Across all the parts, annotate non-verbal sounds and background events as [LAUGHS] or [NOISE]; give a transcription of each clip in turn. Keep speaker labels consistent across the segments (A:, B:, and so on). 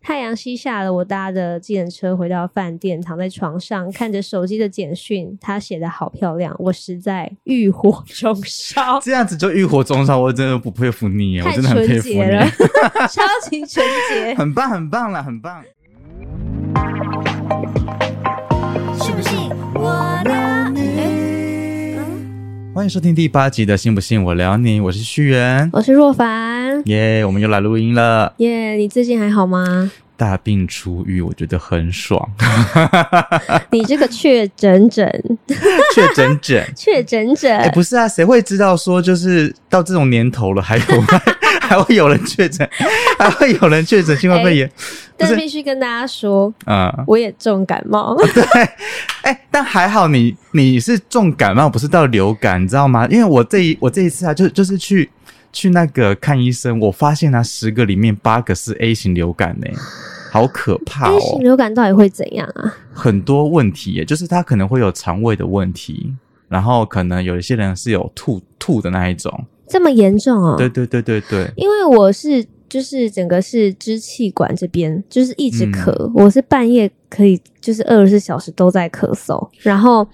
A: 太阳西下了，我搭着计程车回到饭店，躺在床上看着手机的简讯，她写的好漂亮，我实在欲火中烧，
B: [LAUGHS] 这样子就欲火中烧，我真的不佩服你耶，我
A: 太
B: 真的很佩
A: 纯
B: 服
A: 洁了 [LAUGHS]
B: 你，，
A: 超级纯洁。
B: 很棒，很棒啦，很棒。
C: 信不信我的？哎嗯
B: 欢迎收听第八集的《信不信我聊你》，我是旭元，
A: 我是若凡，
B: 耶我们又来录音了。
A: 耶、你最近还好吗？
B: 大病初愈，我觉得
C: [LAUGHS]
B: 很爽，
A: 你这个确诊诊，
B: 确
C: [LAUGHS]
B: 诊诊。
A: 确诊诊
B: 哎、，不是啊，谁会知道说就是到这种年头了，还有 [LAUGHS] 还会有人确诊， [LAUGHS] 还会有人确诊新冠肺炎？不
A: 但
B: 是哦
A: 必须跟大家说，
C: 哎
B: 啊、
A: 我也重感冒。 [LAUGHS]
B: 哎、但还好你你是重感冒，不是到流感，你知道吗？因为我这一我这一次啊，就就是去去那个看医生，我发现啊，十个里面八个是 A 型流感呢、好可怕
A: A 型
B: 哦！
A: 流感到底会怎样啊？
B: 很多问题耶、就是他可能会有肠胃的问题，然后可能有一些人是有吐吐的那一种。
A: 这么严重哦？
B: 对对对对对，
A: 因为我是就是整个是支气管这边，就是一
B: 嗯
A: 直咳，我是半夜可以就是二十四小时都在咳嗽，然后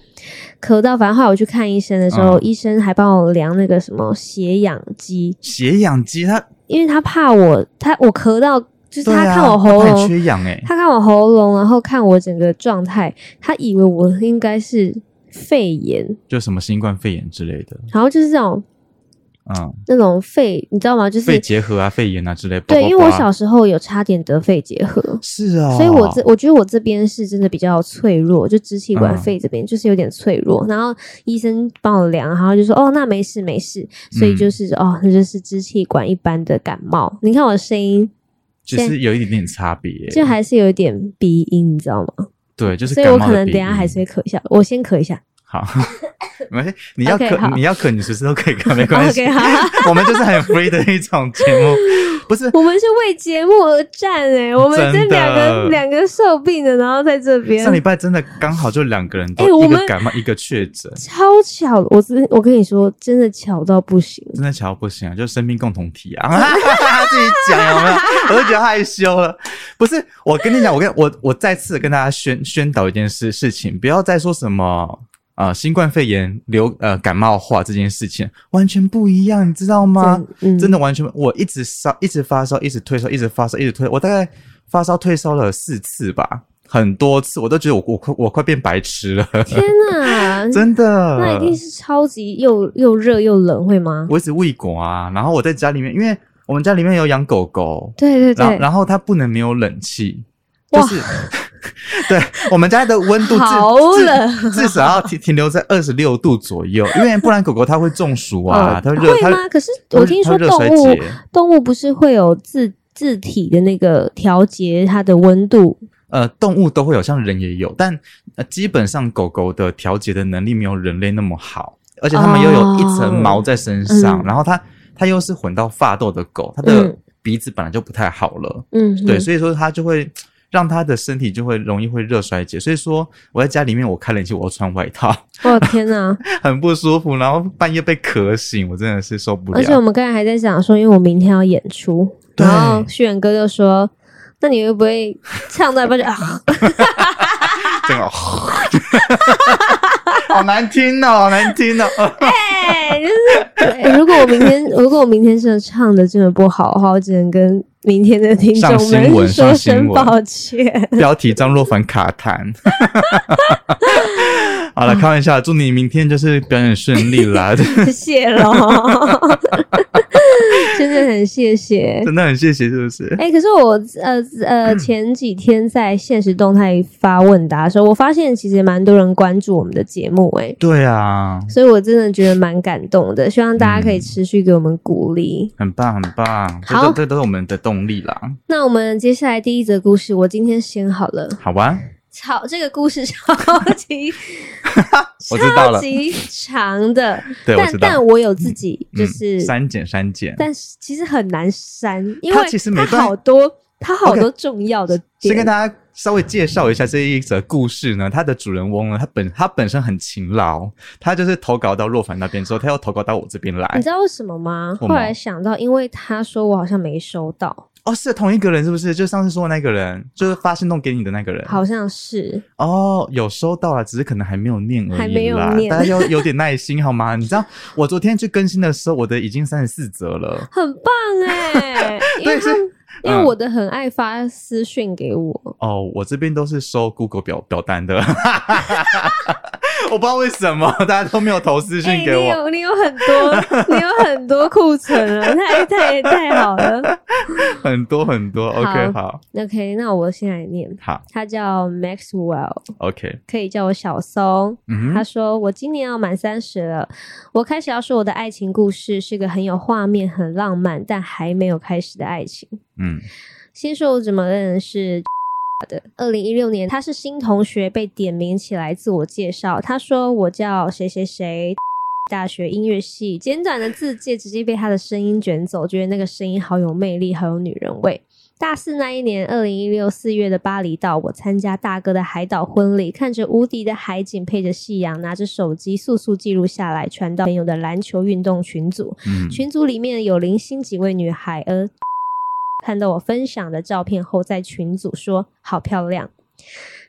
A: 咳到反正后来我去看医生的时候，
B: 嗯
A: 医生还帮我量那个什么血氧机，
B: 血氧机它
A: 因为他怕我他我咳到就是
B: 对
A: 他
B: 啊，
A: 看我喉
B: 它
A: 咙
B: 很。缺氧哎、
A: 他看我喉咙，然后看我整个状态，他以为我应该是肺炎，
B: 就什么新冠肺炎之类的，
A: 然后就是这种
B: 嗯，
A: 那种肺，你知道吗？就是
B: 肺结核啊、肺炎啊之类。
A: 对，
B: 叭叭
A: 因为我
B: 叭
A: 小时候有差点得肺结核，
B: 是啊、哦，
A: 所以我这我觉得我这边是真的比较脆弱，就支气管
B: 嗯
A: 肺这边就是有点脆弱。然后医生帮我量，然后就说哦，那没事没事，所以
B: 嗯
A: 就是、哦，那就是支气管一般的感冒。你看我的声音，
B: 只是有一点点差别、
A: 就还是有一点鼻音，你知道吗？
B: 对，就是
A: 所以我
B: 感冒
A: 可
B: 的
A: 能
B: 鼻
A: 等一下
B: 音
A: 还是会咳一下，我先咳一下。
B: 好，没关系，你要
A: OK，
B: 咳
A: 好
B: 你要咳，你随时都可以咳，没关系。
A: [LAUGHS] OK，好
B: [LAUGHS] 我们就是很 free 的一种节目，不是
A: 我们是为节目而
B: [LAUGHS]
A: 战哎、我们这
B: 真的
A: 两个两个受病的，然后在这边
B: 上礼拜真的刚好就两个人都、
A: 哎我
B: 一个
A: 们
B: 感冒一个确诊，
A: 超巧，我真我跟你说，真的巧到不行。
B: 真的瞧不行啊，就是生命共同体啊， [LAUGHS] 自己讲有没有？
A: [LAUGHS]
B: 我就觉得害羞了。不是，我跟你讲，我跟我我再次跟大家宣宣导一件事事情，不要再说什么。呃，新冠肺炎流呃感冒化这件事情完全不一样，你知道吗？
A: 真嗯
B: 真的完全，我一直烧，一直发烧，一直退烧，一直发烧，一直退，我大概发烧退烧了四次吧，很多次，我都觉得我我快我快变白痴了，
A: 天哪，
B: [LAUGHS] 真的。
A: 嗯那一定是超级又又热又冷，会吗？
B: 我一直喂狗啊，然后我在家里面，因为我们家里面有养狗狗，
A: 对对
B: 然后
A: 对，
B: 然后它不能没有冷气，就是。 [LAUGHS] 对我们家的温度
A: 好
B: 至
A: 冷啊
B: 至至少要停停留在二十六度左右，因为不然狗狗它会中暑啊，
A: 哦
B: 它会热，它
A: 会吗？可是
B: 它会
A: 我听
B: 它会
A: 说
B: 热
A: 动
B: 衰
A: 物
B: 竭
A: 动物不是会有自自体的那个调节它的温度？
B: 呃，动物都会有，像人也有，但呃，基本上狗狗的调节的能力没有人类那么好，而且它们又有一层毛在身上，
A: 哦嗯
B: 然后它它又是混到发痘的狗，它的
A: 嗯
B: 鼻子本来就不太好了，
A: 嗯，
B: 对，
A: 嗯
B: 所以说它就会让它的身体就会容易会热衰竭，所以说我在家里面我开冷气我要穿外套， [LAUGHS]
A: 哦天哪！
B: 很不舒服，然后半夜被咳醒，我真的是受不
A: 而且我
B: 了。
A: 们刚才还在讲说，因为我明天要演出，
B: 对
A: 然后旭远哥就说：“那你会不会唱到一半就 [LAUGHS] 啊？
B: 真的， [LAUGHS] 好难听哦，好难听哦。 [LAUGHS]
A: 哎，就是、哎如果我明天，如果我明天真的唱的真的不好的话，我只能跟明天的听众
B: 上新
A: 们
B: 闻
A: 说
B: 上新
A: 声
B: 闻
A: 抱歉。
B: 标题张若凡卡痰。 [LAUGHS] 好了，开玩笑，祝你明天就是表演顺利
A: [LAUGHS]
B: 啦！
A: 谢谢喽， [LAUGHS] 真的很谢谢。
B: 真的很谢谢，是不是？
A: 哎、可是我呃呃前几天在现实动态发问答的时候，我发现其实蛮多人关注我们的节目、哎，
B: 对啊，
A: 所以我真的觉得蛮感动的，希望大家可
B: 嗯
A: 以持续给我们鼓励。
B: 很棒，很棒，这
A: 好
B: 都这都是我们的动力啦，
A: 那我们接下来第一则故事，我今天先好了。
B: 好啊吧？
A: 超这个故事超级
B: [LAUGHS] 我知道了
A: 超级长的，
B: 对，我
A: 但
B: 知道
A: 但。我有自己就
B: 嗯
A: 是，
B: 删减删减，
A: 但是其实很难删，因为
B: 它其实每
A: 它
B: 段
A: 好多它好多重要的
B: 先跟
A: 点。
B: 大家稍微介绍一下这一则故事呢。它的主人翁呢，他本他本身很勤劳，他就是投稿到若凡那边之后，
A: 嗯
B: 他又投稿到我这边来
A: 你。知道为什么吗？
B: 为什
A: 后
B: 么
A: 来想到，因为他说我好像没收到，
B: 哦，是同一个人是不是？就上次说的那个人，就是发信弄给你的那个人。
A: 好像是
B: 哦，有收到了，只是可能还没有念而已啦。
A: 还没有念
B: 大家要有点耐心好吗？你知道我昨天去更新的时候，我的已经三十四则了。
A: 很棒
B: [LAUGHS]
A: 哎、因为
B: 对，
A: 他
B: 是
A: 们因为
B: 嗯
A: 我的很爱发私讯给我，
B: 哦，我这边都是收 Google 表表单的， [LAUGHS] 我不知道为什么大家都没有投私
A: 哎、
B: 信给
A: 你
B: 我。
A: 有你有很多你有很多库存了，太太太好了。
B: 很多很多。
A: 好
B: OK，好，
A: OK，那我先来念，
B: 好
A: 他叫 Maxwell，
B: ，OK，
A: 可以叫我小松。
B: 嗯
A: 他
B: 哼，
A: 说：“我今年要满三十了，我开始要说我的爱情故事，是个很有画面、很浪漫，但还没有开始的爱情。
B: 嗯，
A: 先说我怎么认识的。二零一六年，他是新同学被点名起来自我介绍，他说我叫谁谁谁。大学音乐系，简短的字界直接被他的声音卷走，觉得那个声音好有魅力，好有女人味。大四那一年，二零一六四月的巴厘岛，我参加大哥的海岛婚礼，看着无敌的海景，配着夕阳，拿着手机速速记录下来，传到朋友的篮球运动群组。
B: 嗯，，
A: 群组里面有零星几位女孩，而 [LAUGHS] 看到我分享的照片后，在群组说好漂亮。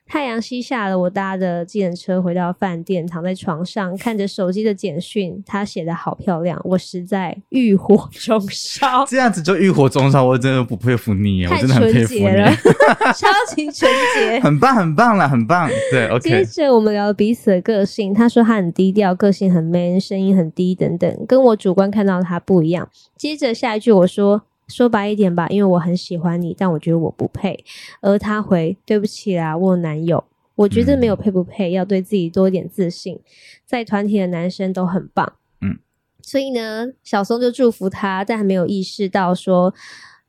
A: 太阳西下了，我搭着计程车回到饭店，躺在床上看着手机的简讯，她写的好漂亮，我实在欲火中烧
B: 这样子就欲火中烧，我真的不佩服 [LAUGHS] 你耶，我
A: 太
B: 真的很佩
A: 纯
B: 服
A: 洁了 [LAUGHS]
B: 你，，
A: 超级纯洁。
B: 很棒，很棒啦，很棒。
A: [LAUGHS]
B: 对
A: 接
B: ，OK，
A: 着我们聊彼此的个性，他说他很低调，个性很 man，声音很低等等，跟我主观看到他不一样。接着下一句我说说白一点吧，因为我很喜欢你，但我觉得我不配。而他回对不起啦，我有男友。我觉得没有配不配，要对自己多一点自信。在团体的男生都很棒，
B: 嗯，
A: 所以呢，小松就祝福他，但还没有意识到说，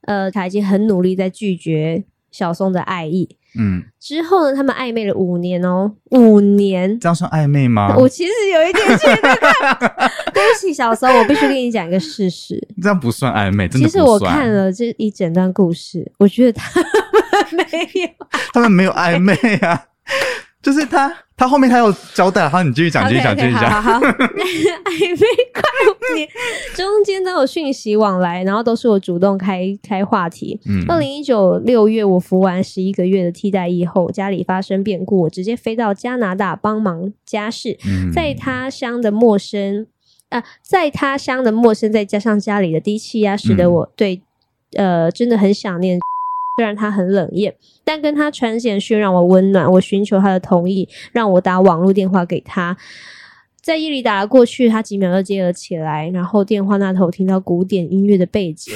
A: 呃，他已经很努力在拒绝小松的爱意。
B: 嗯，
A: 之后呢，他们暧昧了五年哦，五年。
B: 这样算暧昧吗？
A: 我其实有一点觉得 [LAUGHS] 看，对不起，小时候我必须跟你讲一个事实。
B: 这样不算暧昧，真
A: 其
B: 的
A: 实
B: 不
A: 我
B: 算。
A: 看了这一整段故事，我觉得他们没有。
B: 他们没有暧昧啊， [LAUGHS] 就是他，他后面他有交代了，好，你继续 [LAUGHS] 讲，继续
A: OK
B: 讲，继
A: OK，
B: 续讲。
A: 好
B: [LAUGHS]
A: 好好， [LAUGHS] 暧昧快五年，中间都有讯息往来，然后都是我主动开开话题。
B: 嗯
A: 二零一九六月，我服完十一个月的替代役后，家里发生变故，我直接飞到加拿大帮忙家事。
B: 嗯
A: 在他乡的陌生，啊，在他乡的陌生，再加上家里的低气压，使得
B: 嗯
A: 我对、呃真的很想念。 [LAUGHS] 虽然他很冷艳，但跟他传简讯让我温暖。我寻求他的同意，让我打网络电话给他。在夜里打了过去，他几秒就接了起来，然后电话那头听到古典音乐的背景。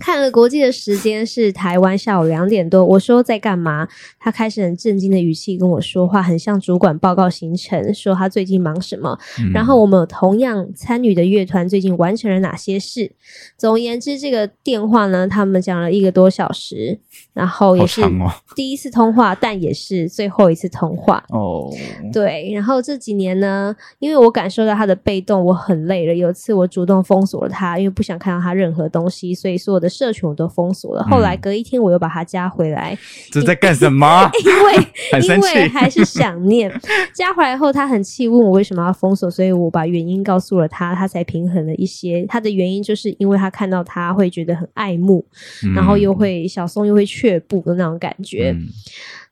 A: 看了国际的时间是台湾下午两点多，我说在干嘛？他开始很震惊的语气跟我说话，很像主管报告行程，说他最近忙什么。
B: 嗯
A: 然后我们有同样参与的乐团最近完成了哪些事？总而言之，这个电话呢，他们讲了一个多小时，然后也
B: 好
A: 是
B: 长哦，
A: 第一次通话，但也是最后一次通话。
B: 哦，
A: 对，然后这几年呢，因为我感受到他的被动，我很累了。有一次我主动封锁了他，因为不想看到他任何东西，所以所有的社群我都封锁了。后来
B: 嗯
A: 隔一天我又把他加回来，
B: 这在干什么？
A: [LAUGHS] 因为
B: 很
A: 因
B: 生气
A: 为还是想念。
B: [LAUGHS]
A: 加回来后，他很气，问我为什么要封锁，所以我把原因告诉了他，他才平衡了一些。他的原因就是因为他看到他会觉得很爱慕，
B: 嗯
A: 然后又会小松又会却步的那种感觉。
B: 嗯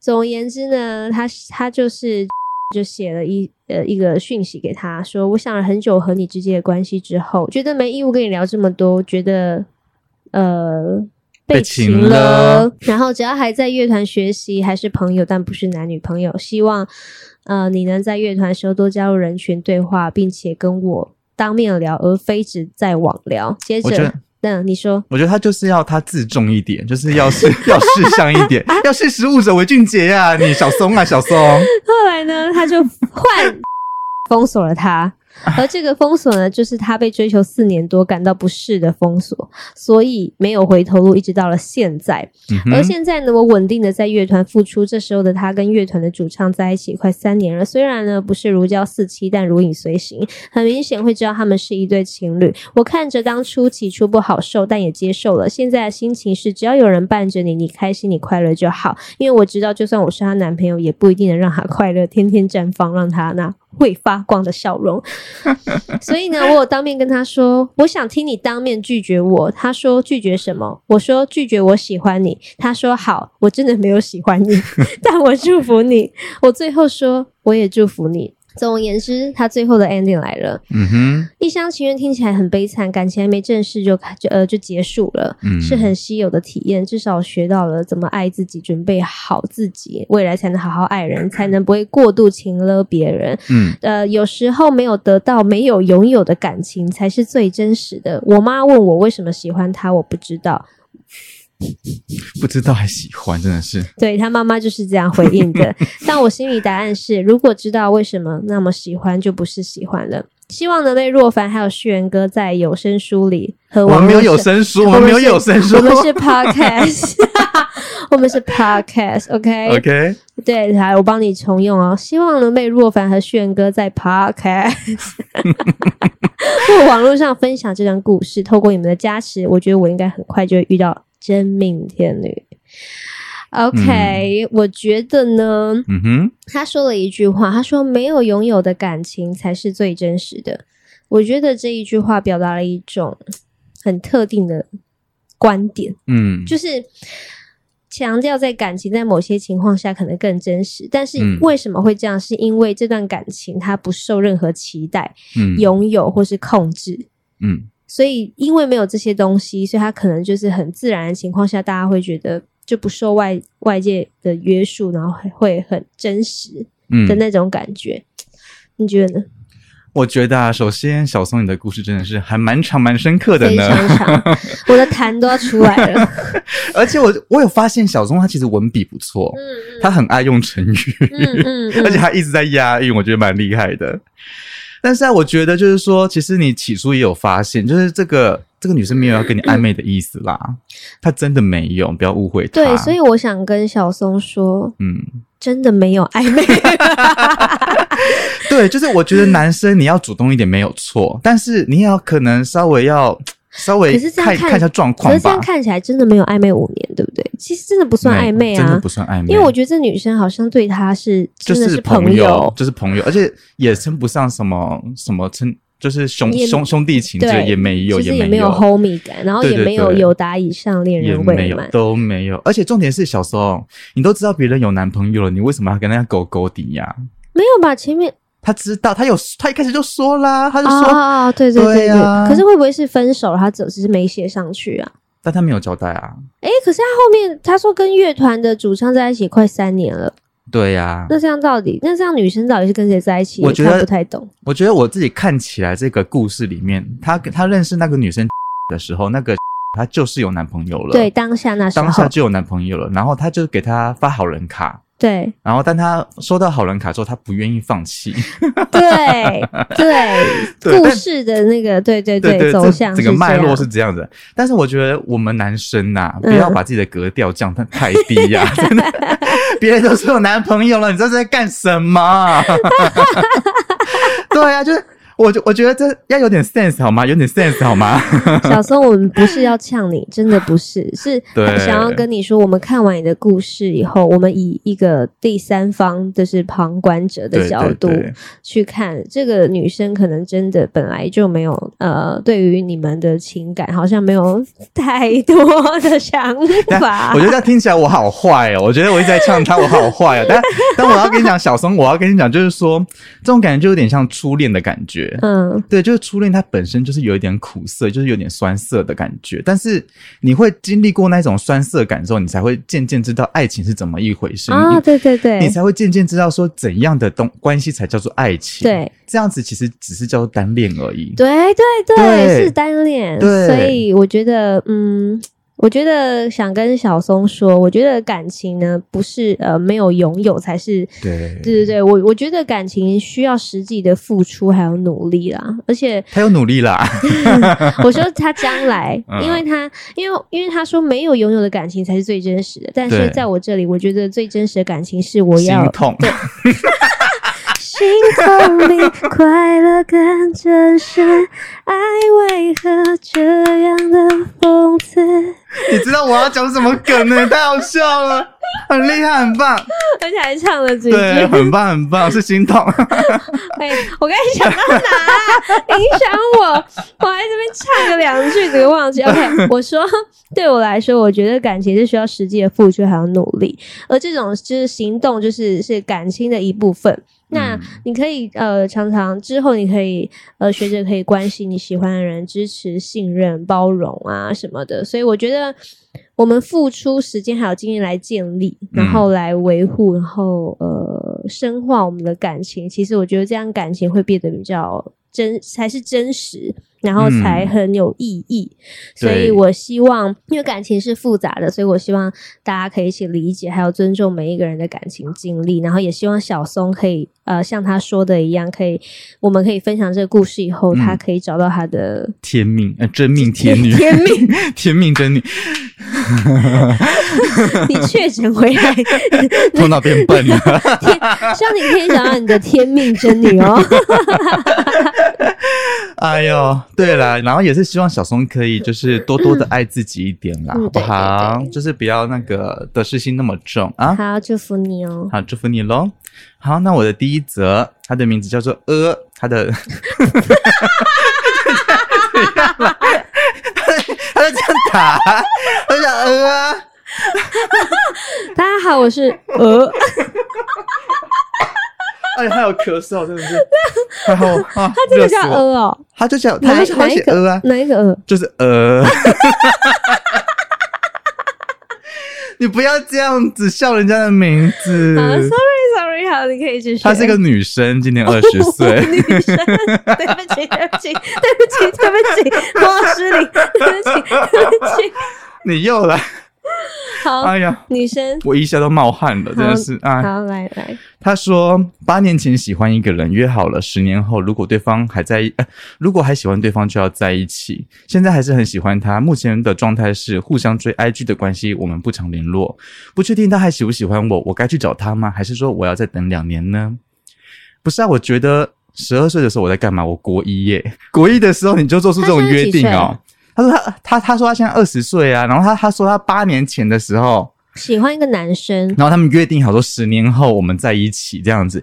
A: 总而言之呢，他他就是就写了一呃一个讯息给他说，我想了很久和你之间的关系之后，觉得没义务跟你聊这么多，觉得呃。
B: 被
A: 被
B: 擒
A: 擒
B: 了
A: 了，然后只要还在乐团学习，还是朋友，但不是男女朋友。希望，呃，你能在乐团时候多加入人群对话，并且跟我当面聊，而非只在网聊。接
B: 我觉
A: 着
B: 得，
A: 嗯，你说，
B: 我觉得他就是要他自重一点，就是要是 [LAUGHS] 要事项一点，要识时务者为俊杰呀、你小松啊，小松，
A: 后来呢，他就换封锁了他，而这个封锁呢，就是他被追求四年多感到不适的封锁，所以没有回头路，一直到了现在。
B: 嗯
A: 而
B: 哼，
A: 现在呢，我稳定的在乐团付出。这时候的他跟乐团的主唱在一起快三年了，虽然呢不是如胶似漆，但如影随形。很明显会知道他们是一对情侣。我看着当初起初不好受，但也接受了。现在的心情是，只要有人伴着你，你开心你快乐就好。因为我知道，就算我是她男朋友，也不一定能让她快乐，天天绽放，让她那会发光的笑容。所以呢，我有当面跟他说，我想听你当面拒绝我。他说拒绝什么？我说拒绝我喜欢你。他说好，我真的没有喜欢你， [LAUGHS] 但我祝福你。我最后说我也祝福你。总而言之，他最后的 ending 来了。
B: 嗯哼，
A: 一厢情愿听起来很悲惨，感情还没正式就就呃就结束了，
B: 嗯
A: 是很稀有的体验。至少学到了怎么爱自己，准备好自己，未来才能好好爱人，才能不会过度情勒别人。
B: 嗯
A: 呃，有时候没有得到、没有拥有的感情才是最真实的。我妈问我为什么喜欢她，我不知道。
B: 不知道还喜欢，真的是
A: 对她妈妈就是这样回应
B: [LAUGHS]
A: 的，但我心里答案是：如果知道为什么那么喜欢，就不是喜欢了。希望能被若凡还有旭元哥在有声书里和
B: 我
A: 网
B: 们没有
A: 络
B: 有
A: 上
B: 声书，我们没有
A: 是
B: 有声书
A: 我。
B: [LAUGHS]
A: 们是 podcast，我们是 podcast，OK，、
B: OK，
A: 对，来我帮你重用哦。希望能被若凡和炫哥在 podcast 或网络上分享这段故事，透过你们的加持，我觉得我应该很快就会遇到真命天女。OK，、我觉得呢，
B: 嗯哼，
A: 他说了一句话，他说：“没有拥有的感情才是最真实的。”我觉得这一句话表达了一种很特定的观点，
B: 嗯，
A: 就是强调在感情在某些情况下可能更真实，但是
B: 嗯
A: 为什么会这样？是因为这段感情它不受任何期待、
B: 嗯，
A: 拥有或是控制，
B: 嗯
A: 所以因为没有这些东西，所以他可能就是很自然的情况下，大家会觉得就不受外外界的约束，然后会会很真实。
B: 嗯
A: 的那种感觉。你觉得呢？
B: 我觉得啊，首先小松你的故事真的是还蛮长蛮深刻的
A: 非
B: 呢，
A: 常长，我的痰都要出来了。
B: [LAUGHS] 而且我我有发现小松他其实文笔不错，
A: 嗯
B: 他很爱用成语，
A: 嗯嗯
B: [LAUGHS] 而且
A: 嗯，
B: 他一直在押韵，我觉得蛮厉害的。但是啊，我觉得就是说，其实你起初也有发现，就是这个这个女生没有要跟你暧昧的意思啦，她真的没有，不要误会她。
A: 对，所以我想跟小松说，
B: 嗯，
A: 真的没有暧昧。
B: 对，就是我觉得男生你要主动一点没有错，但是你也要可能稍微要稍微
A: 可是这样
B: 看
A: 看
B: 看一下状
A: 可
B: 况
A: 是这
B: 吧
A: 样，看起来真的没有暧昧五年，对不对？其实真的不算
B: 没
A: 暧昧
B: 真的
A: 啊
B: 不，算暧昧，
A: 因为我觉得这女生好像对他是
B: 就
A: 真的
B: 是
A: 朋
B: 友，就是朋友，而且也称不上什么什么称，就是兄
A: 也
B: 兄兄弟情，这
A: 对，
B: 也没有，
A: 其实也
B: 没
A: 没有 homie 感，然后
B: 对
A: 也
B: 对
A: 没有
B: 对
A: 有达以上恋
B: 也
A: 人
B: 没
A: 未
B: 有
A: 满，
B: 都没有。而且重点是，小松，你都知道别人有男朋友了，你为什么要跟人家狗狗底呀？
A: 没有吧？前面
B: 他知道，他有，他一开始就说啦，他就
A: 啊
B: 说，
A: 啊，啊对对
B: 对
A: 对
B: 啊
A: 对。可是会不会是分手了，他只只是没写上去啊？
B: 但他没有交代啊。
A: 哎、可是他后面他说跟乐团的主唱在一起快三年了，
B: 对呀、
A: 那这样到底那这样女生到底是跟谁在一起？
B: 我觉得
A: 看不太懂。
B: 我觉得我自己看起来这个故事里面，他跟他认识那个女生的时候，那个 [LAUGHS] 他就是有男朋友了，
A: 对，，当下那时候，
B: 当下就有男朋友了，然后他就给他发好人卡，
A: 对
B: 然后，但他收到好人卡之后，他不愿意放弃。
A: 对
B: [LAUGHS] 对
A: 对，故
B: 但
A: 事的那个对对
B: 对，
A: 走
B: 这
A: 向
B: 整个
A: 是
B: 脉
A: 这
B: 络
A: 样
B: 是这样的。但是我觉得我们男生呐、不
A: 嗯
B: 要把自己的格调降得太低
A: [LAUGHS]
B: 呀、真的，别人都说有男朋友了，你这是在干什么？ [LAUGHS] 对呀、就是我觉我觉得这要有点 sense 好吗？有点 sense 好吗？ [LAUGHS]
A: 小松，我们不是要呛你，真的不是，是
B: 对
A: 想要跟你说，我们看完你的故事以后，我们以一个第三方，就是旁观者的
B: 对
A: 角
B: 对
A: 度
B: 对，
A: 去看，这个女生可能真的本来就没有呃，对于你们的情感好像没有太多的想法
B: [LAUGHS] 我觉。得这样听起来我好坏哦，我觉得我一直在呛他，我好坏哦。但但我要跟你讲，小松，我要跟你讲，就是说这种感觉就有点像初恋的感觉。
A: 嗯，
B: 对，就是初恋，它本身就是有一点苦涩，就是有点酸涩的感觉。但是你会经历过那种酸涩感之后，你才会渐渐知道爱情是怎么一回事。
A: 啊，
B: 你
A: 对对对
B: 你，才会渐渐知道说怎样的东关系才叫做爱情。
A: 对，
B: 这样子其实只是叫做单恋而已。
A: 对对
B: 对
A: 对，是单恋，
B: 对
A: 所以我觉得，嗯，我觉得想跟小松说，我觉得感情呢，不是呃没有拥有才是。
B: 对
A: 对对对，我我觉得感情需要实际的付出还有努力啦，而且
B: 他有努力啦。 [LAUGHS]
A: 我说他将来
B: 嗯，
A: 因为他因为因为他说没有拥有的感情才是最真实的，但
B: 对
A: 是在我这里，我觉得最真实的感情是我
B: 心
A: 要
B: 痛，
A: 心痛比快乐更真实，爱为何这样的讽刺？ [LAUGHS]
B: 你知道我要讲什么梗呢？太好笑了。很厉害，很棒，
A: 而且还唱了几句。
B: 对，啊很棒，很棒，是心痛。
A: [LAUGHS]
B: [LAUGHS]
A: 哎、我刚才想到哪、 [LAUGHS] 啊？影响我，我还这边唱了两句，给忘记。OK，我说，对我来说，我觉得感情是需要实际的付出还有努力，而这种就是行动，就是是感情的一部分。那
B: 嗯
A: 你可以呃，常常之后你可以呃，学着可以关心你喜欢的人，支持、信任、包容啊什么的。所以我觉得我们付出时间还有精力来建立，然后来维护，然后呃，深化我们的感情。其实我觉得这样感情会变得比较真，才是真实，然后才
B: 嗯
A: 很有意义。所以
B: 对
A: 我希望，因为感情是复杂的，所以我希望大家可以一起理解，还有尊重每一个人的感情经历。然后也希望小松可以，呃，像他说的一样，可以，我们可以分享这个故事以后，
B: 嗯
A: 他可以找到他
B: [LAUGHS]
A: 的
B: 天命，呃，真命天女，
A: 天命。
B: 天命真女，
A: 你确诊回
B: [LAUGHS]
A: 来，
B: 头脑变笨了。
A: 希望你可以找到你的天命真女
B: [LAUGHS]
A: 哦。
B: 哎呦，对啦，然后也是希望小松可以就是多多的爱自己一点啦，
A: 嗯
B: 好不好？
A: 对对对
B: 就是不要那个得失心那么重啊。
A: 好，祝福你哦。
B: 好，祝福你喽。好，那我的第一则，它的名字叫做呃，它的，
A: 呃
B: [LAUGHS] 它在这样打，它在呃啊，
A: 大家好，我是鹅。啊
B: 哎，还有咳嗽，真的是，然后啊，
A: 这
B: 热
A: 个
B: 死
A: 叫
B: 我，
A: 鹅哦，
B: 它就叫
A: 哪
B: 它
A: 一
B: 就它
A: 哪一
B: 写呃啊
A: 个，哪一个鹅？
B: 就是呃。你不要这样子笑人家的名字。
A: 啊，sorry，sorry，好，你可以继续。
B: 她是一个女生，今年二十岁。
A: [LAUGHS] 女生，对不起，对不起，对不起，对不起，我失礼，对不起，对不起。
B: 你又来，
A: 好，
B: 哎呀，
A: 女生，
B: 我一下都冒汗了，真的是啊。哎
A: 好，来来，
B: 她说，八年前喜欢一个人，约好了，十年后如果对方还在， [LAUGHS] 呃如果还喜欢对方就要在一起。现在还是很喜欢他，目前的状态是互相追 IG 的关系，我们不常联络，不确定他还喜不喜欢我，我该去找他吗？还是说我要再等两年呢？不是啊，我觉得十二岁的时候我在干嘛？我国一耶， [LAUGHS] 国一的时候你就做出这种约定哦。他说他他他说他现在二十岁啊，然后他他说他八年前的时候，
A: 喜欢一个男生，
B: 然后他们约定好说十年后我们在一起这样子。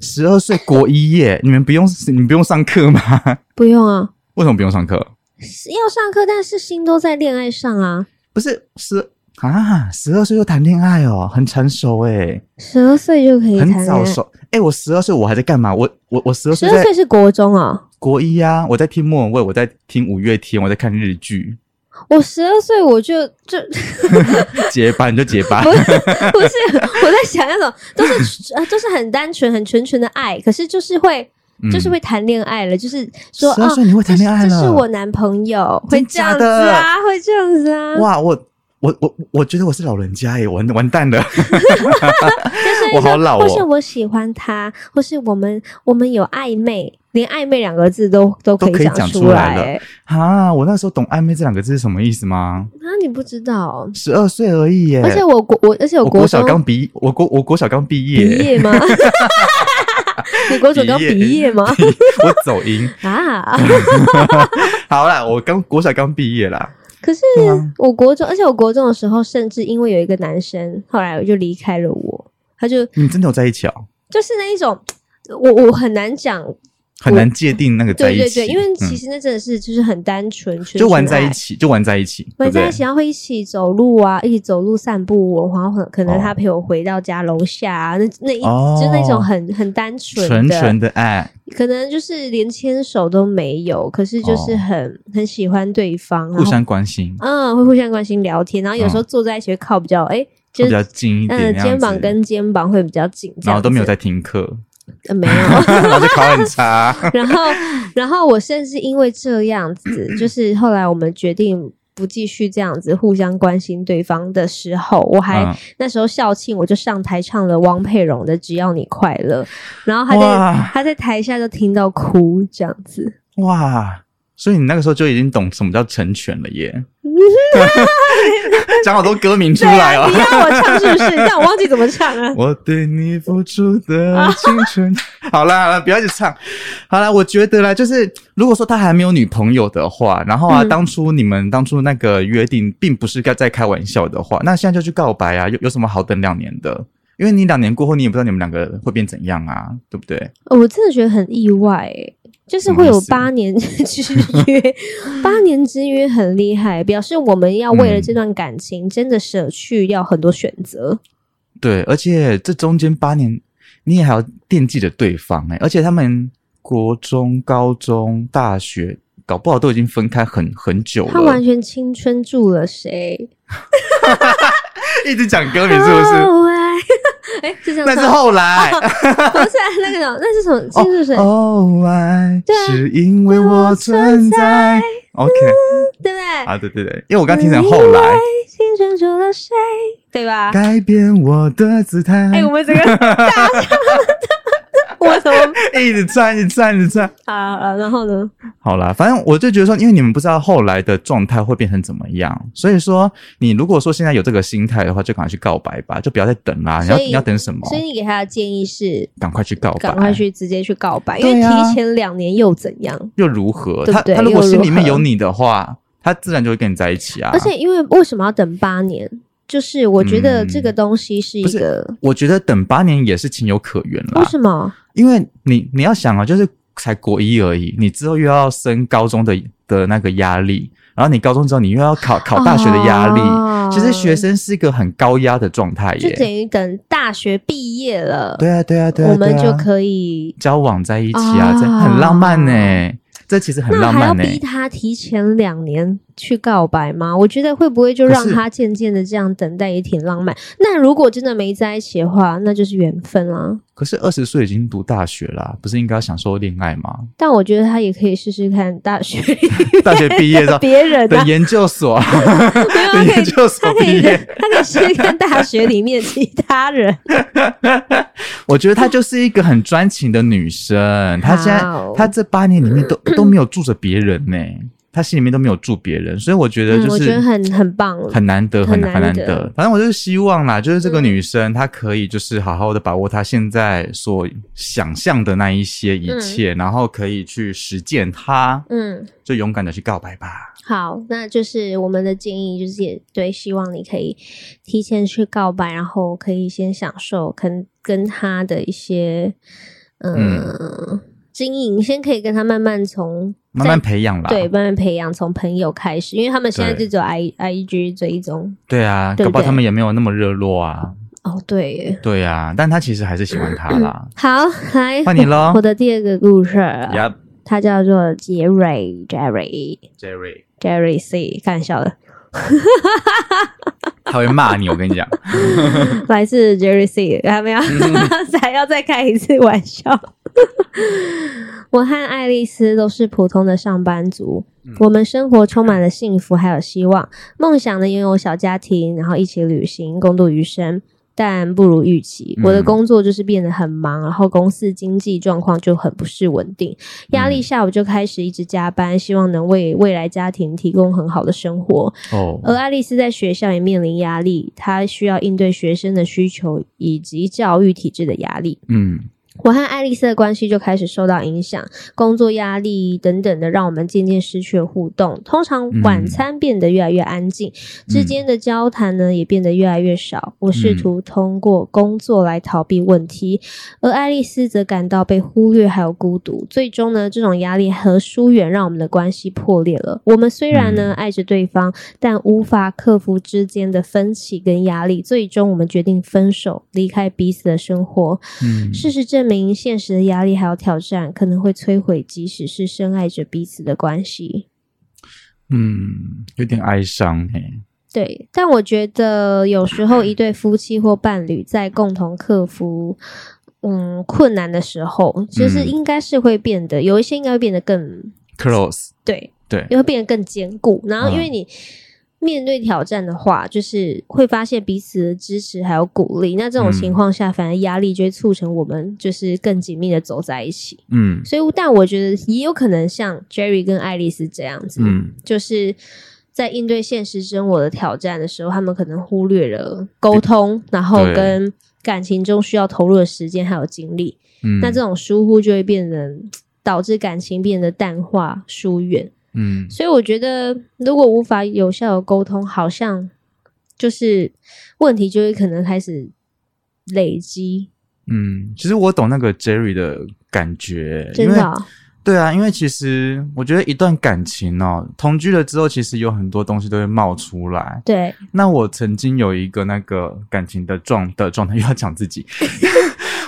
B: 十二岁国一耶，你们不用你们不用上课吗？ [LAUGHS]
A: 不用啊，
B: 为什么不用上课？
A: 是要上课，但是心都在恋爱上啊。
B: 不是十啊，十二岁就谈恋爱哦，很成熟哎，
A: 十二岁就可以
B: 很
A: 谈恋
B: 早
A: 爱，
B: 熟哎、我十二岁我还在干嘛？我我我十二
A: 十
B: 岁
A: 二
B: 在
A: 岁是国中啊。
B: 国一啊，我在听莫文蔚，我在听五月天，我在看日剧。
A: [LAUGHS] 我十二岁我就就 [LAUGHS]
B: 结巴你就结巴
A: 不，是不是，我在想那种都是呃都是很单纯很纯纯的爱，可是就是会就是会谈恋爱了，就是说
B: 12
A: 哦
B: 嗯岁你会谈恋爱
A: 这是这是
B: 了
A: 我男朋友，会
B: 真
A: 这样
B: 假
A: 子
B: 的
A: 啊，会这样子啊，
B: 哇，我我我我觉得我是老人家耶，完完蛋
A: [LAUGHS]
B: 了，
A: 就是
B: [LAUGHS] 我好老哦
A: 或是我喜欢他，或是我们我们有暧昧，连暧昧两个字都都可
B: 都可以
A: 讲
B: 讲
A: 出
B: 出来了
A: 欸
B: 啊！我那时候懂暧昧这两个字是什么意思吗？
A: 啊，你不知道，
B: 十二岁而已耶，
A: 而且我国我而且
B: 我
A: 国
B: 国
A: 中
B: 小刚毕，我国我国小刚毕
A: 毕
B: 业，
A: 业吗？你国中刚
B: 毕业嗯
A: 毕业吗？
B: [LAUGHS] [LAUGHS] 我走音。
A: 啊！
B: 好啦，我刚国小刚毕业啦。
A: 可是
B: 对啊
A: 我国中，而且我国中的时候，甚至因为有一个男生，后来我就离开了我，他就
B: 你们真的有在一起哦？
A: 就是那一种，我我很难讲，
B: 很难界定那个在
A: 对
B: 一
A: 对
B: 起，
A: 对，因为其
B: 实、
A: 实那真的是就是很单纯，纯
B: 就玩在
A: 纯
B: 一
A: 爱。
B: 起，就玩在一起，
A: 玩在一
B: 对
A: 起，然后会一起走路啊，一起走路散步哦，然后很可能他
B: 哦
A: 陪我回到家楼下啊，那那一、
B: 哦
A: 就那种很很单
B: 不
A: 纯
B: 对纯
A: 的，
B: 纯的爱。
A: 可能就是连牵手都没有，可是就是
B: 哦
A: 很、很喜欢对方，然
B: 互
A: 后
B: 相关心，
A: 嗯，会互相关心聊天，然后有时候坐在一起会靠比较，哎、就
B: 会比
A: 是
B: 较近一点，
A: 嗯，
B: 这样子
A: 肩膀跟肩膀会比较紧，这
B: 然后
A: 样
B: 都没有
A: 子
B: 在听课， [LAUGHS]
A: 呃没有，
B: 然后就考很差。
A: 然后然后我甚至因为这样子，就是后来我们决定。不继续这样子互相关心对方的时候，我 [LAUGHS] 还、
B: 嗯
A: 那时候校庆，我就上台唱了汪佩蓉的《只要你快乐》，然后他在
B: 哇
A: 他在台下就听到哭这样子，
B: 哇，所以你那个时候就已经懂什么叫成全了
A: [LAUGHS]
B: 耶。讲好多歌名出
A: 对
B: 来
A: 啊，
B: 哦
A: 你。让我唱是不是？但我忘记怎么唱啊了。
B: 我对你付出的青春。 [LAUGHS] 好啦好啦，不要去唱。好啦，我觉得啦，就是如果说他还没有女朋友的话，然后啊，
A: 嗯
B: 当初你们当初那个约定并不是该在开玩笑的话，那现在就去告白啊，有有什么好等两年的？因为你两年过后，你也不知道你们两个会变怎样啊，对不对？
A: 我真的觉得很意外、欸，就是会有
B: 什
A: 八
B: 么
A: 年 [LAUGHS] 之约，八年之约很厉害，表示我们要
B: 嗯
A: 为了这段感情真的舍去要很多选择。
B: 对，而且这中间八年，你也还要惦记着对方哎、而且他们国中、高中、大学，搞不好都已经分开很很久了。
A: 他完全青春住了谁？
B: [LAUGHS] 一直讲歌名是不
A: [LAUGHS]
B: 是？
A: 哦哎哎，是这样
B: 那是
A: 唱，
B: 后来。
A: 不是啊那个什么，那是什么？青春水，
B: 哦，爱
A: 对啊
B: 是因为我存在。OK，
A: 对不对？
B: 啊，对对对，因为我刚听成后来，
A: 嗯青春住了谁？对吧？
B: 改变我的姿态。
A: 哎，我们整个
B: [LAUGHS]
A: 大家，我怎么
B: 哎一直站，一直站，一直站。
A: 啊？好了然后呢？
B: 好啦，反正我就觉得说，因为你们不知道后来的状态会变成怎么样，所以说你如果说现在有这个心态的话，就赶快去告白吧，就不要再等啦。你要
A: 所以
B: 你要等什么？
A: 所以你给他的建议是，
B: 赶快去告白，
A: 赶快去直接去告白，因为
B: 对啊
A: 提前两年又怎样？
B: 又如何？
A: 对不
B: 他
A: 对
B: 他如果
A: 又如
B: 心里面
A: 何
B: 有你的话，他自然就会跟你在一起啊。
A: 而且因为为什么要等八年？就是我觉得这个东西是一
B: 嗯不是
A: 个、
B: 我觉得等八年也是情有可原啦
A: 为，什么？
B: 因为你你要想啊，就是才国一而已，你之后又要升高中的的那个压力，然后你高中之后你又要考考大学的压力，
A: 哦
B: 其实学生是一个很高压的状态
A: 就等
B: 耶。
A: 于等大学毕业了，
B: 对啊，对啊，对啊，
A: 我们
B: 对
A: 就
B: 啊
A: 可以。
B: 交往在一起啊，
A: 哦
B: 这很浪漫呢、这其实很
A: 那
B: 浪
A: 还要
B: 漫呢、
A: 逼他提前两年去告白吗？我觉得会不会就
B: 不
A: 让
B: 是
A: 他渐渐的这样等待也挺浪漫。那如果真的没在一起的话，那就是缘分啊啦。
B: 可是二十岁已经读大学啦、不是应该要享受恋爱
A: [LAUGHS]
B: 吗？
A: 但我觉得他也可以试试看大学里
B: 大学毕业之
A: [LAUGHS]
B: 后，
A: 别人啊
B: 等，研究所，
A: [LAUGHS] 没有
B: 等
A: 他可
B: 研
A: 以
B: 究所
A: 他可
B: 毕
A: 以
B: 业
A: 跟，他可以先跟大学里面其他人。
B: 我觉得她就是一个很专情的
A: [LAUGHS]
B: 女生，她现在
A: 好
B: 她这八年
A: [CLEARS THROAT]
B: 里面都都没有住着别人呢、她心里面都没有住别人，所以我觉得
A: 嗯，
B: 就
A: 我
B: 是
A: 觉得很很棒，
B: 很难得，
A: 很
B: 很
A: 难
B: 很难
A: 得
B: 得。反正我就是希望啦，就是这个
A: 嗯
B: 女生、她可以就是好好的把握她现在所想象的那一些一切，然后可以去实践它，
A: 嗯。
B: 就勇敢的去告白吧。
A: 好，那就是我们的建议，就是也对，希望你可以提前去告白，然后可以先享受跟跟他的一些、嗯经营，先可以跟他慢慢从
B: 慢慢培养啦，
A: 对慢慢培养，从朋友开始，因为他们现在就
B: 对
A: 只有 I I G 追踪
B: 对啊，
A: 对不
B: 搞不好
A: 对
B: 他们也没有那么热络啊，
A: 哦，对耶，
B: 对啊，但她其实还是喜欢他啦。
A: 好，来
B: 换你
A: 我
B: 喽
A: 我的第二个故事，
B: Yep,
A: 它叫做杰瑞 Jerry
B: Jerry，
A: Jerry C，开玩笑的，
B: 他会骂你，我跟你讲。
A: [LAUGHS] 来自 Jerry C，还没有，还要再开一次玩笑。 [LAUGHS] 我和爱丽丝都是普通的上班族，我们生活充满了幸福还有希望，梦想呢拥有小家庭，然后一起旅行，共度余生。但不如预期，
B: 嗯
A: 我的工作就是变得很忙，然后公司经济状况就很不是稳定，压力下我就开始一直加班，希望能为未来家庭提供很好的生活。
B: 哦，
A: 而爱丽丝在学校也面临压力，她需要应对学生的需求以及教育体制的压力。
B: 嗯，
A: 我和爱丽丝的关系就开始受到影响，工作压力等等的，让我们渐渐失去了互动。通常晚餐变得越来越安静，之间的交谈呢也变得越来越少。我试图通过工作来逃避问题，而爱丽丝则感到被忽略还有孤独。最终呢，这种压力和疏远让我们的关系破裂了。我们虽然呢、
B: 嗯
A: 爱着对方，但无法克服之间的分歧跟压力。最终，我们决定分手，离开彼此的生活。
B: 嗯，
A: 事实证明，现实的压力还有挑战可能会摧毁，即使是深爱着彼此的关系。
B: 嗯，有点哀伤哎、
A: 对，但我觉得有时候一对夫妻或伴侣在共同克服嗯困难的时候，就是
B: 嗯
A: 应该是会变得、有一些应该会变得更
B: Close，
A: 对，
B: 对，嗯
A: 也会变得更坚固。然后因为你、面对挑战的话，就是会发现彼此的支持还有鼓励。那这种
B: 嗯
A: 情况下，反而压力就会促成我们就是更紧密的走在一起。
B: 嗯
A: 所以，但我觉得也有可能像 Jerry 跟爱丽丝这样子，
B: 嗯
A: 就是在应对现实生活的挑战的时候，他们可能忽略了沟通，然后
B: 对
A: 跟感情中需要投入的时间还有精力。
B: 嗯，
A: 那这种疏忽就会变成导致感情变得淡化、疏远。
B: 嗯
A: 所以我觉得，如果无法有效的沟通，好像就是问题就会可能开始累积，
B: 嗯，其实我懂那个 Jerry 的感觉，
A: 真
B: 因为
A: 的啊、
B: 对啊，因为其实我觉得一段感情哦，同居了之后，其实有很多东西都会冒出来。
A: 对，
B: 那我曾经有一个那个感情的状的状态， [LAUGHS] 又要讲自己。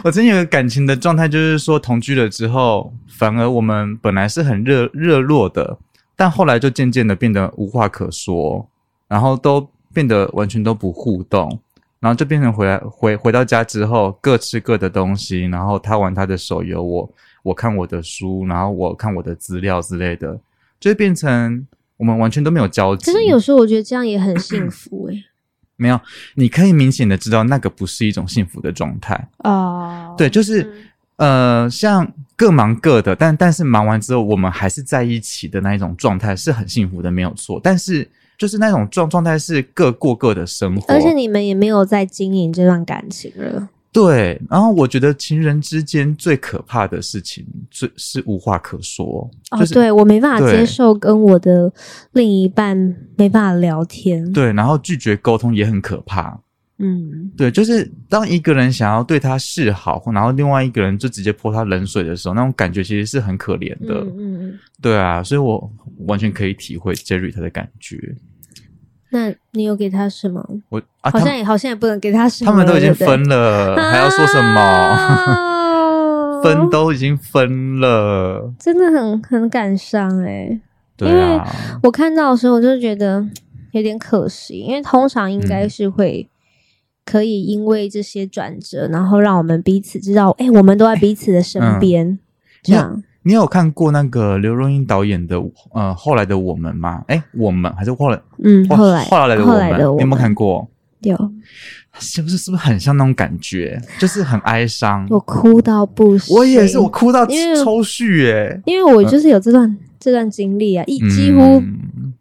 B: 我曾经有个感情的状态，就是说同居了之后，反而我们本来是很热热络的，但后来就渐渐的变得无话可说，然后都变得完全都不互动，然后就变成回来回回到家之后各吃各的东西，然后他玩他的手游，我我看我的书，然后我看我的资料之类的，就会变成我们完全都没有交集。
A: 可是有时候我觉得这样也很幸福欸诶、
B: 没有，你可以明显的知道那个不是一种幸福的状态。
A: 哦，嗯
B: 对，就是、呃，像各忙各的，但但是忙完之后，我们还是在一起的那一种状态是很幸福的，没有错。但是就是那种状状态是各过各的生活，
A: 而且你们也没有在经营这段感情了，
B: 对。然后我觉得情人之间最可怕的事情，最是无话可说，就是、
A: 哦，对我没办法
B: 对
A: 接受跟我的另一半没办法聊天，
B: 对，然后拒绝沟通也很可怕。
A: 嗯，
B: 对，就是当一个人想要对他示好，然后另外一个人就直接泼他冷水的时候，那种感觉其实是很可怜的。
A: 嗯嗯嗯。
B: 对啊，所以我完全可以体会 Jerry 他的感觉。
A: 那你有给他什么？
B: 我啊，
A: 好
B: 他
A: 像
B: 们
A: 也好像也不能给他什么了，
B: 他们都已经
A: 对不对
B: 分了，还要说什么？
A: 啊
B: [LAUGHS] 分都已经分了，
A: 真的很很感伤哎、
B: 对啊，
A: 我看到的时候，我就觉得有点可惜，因为通常应
B: 嗯
A: 该是会可以因为这些转折，然后让我们彼此知道，哎、我们都在彼此的身
B: 嗯
A: 边，这样。
B: 你有看过那个刘若英导演的呃后来的我们吗？哎，我们还是后来
A: 嗯，后来
B: 后来的我
A: 后
B: 们，
A: 来的
B: 你
A: 我
B: 有没有
A: 们
B: 看过？
A: 有，
B: 是不是是不是很像那种感觉？就是很哀伤。
A: 我哭到不行。
B: 我也是，我，哭到
A: 因为
B: 抽搐耶、
A: 因为我就是有这段、这段经历啊，一
B: 嗯
A: 几乎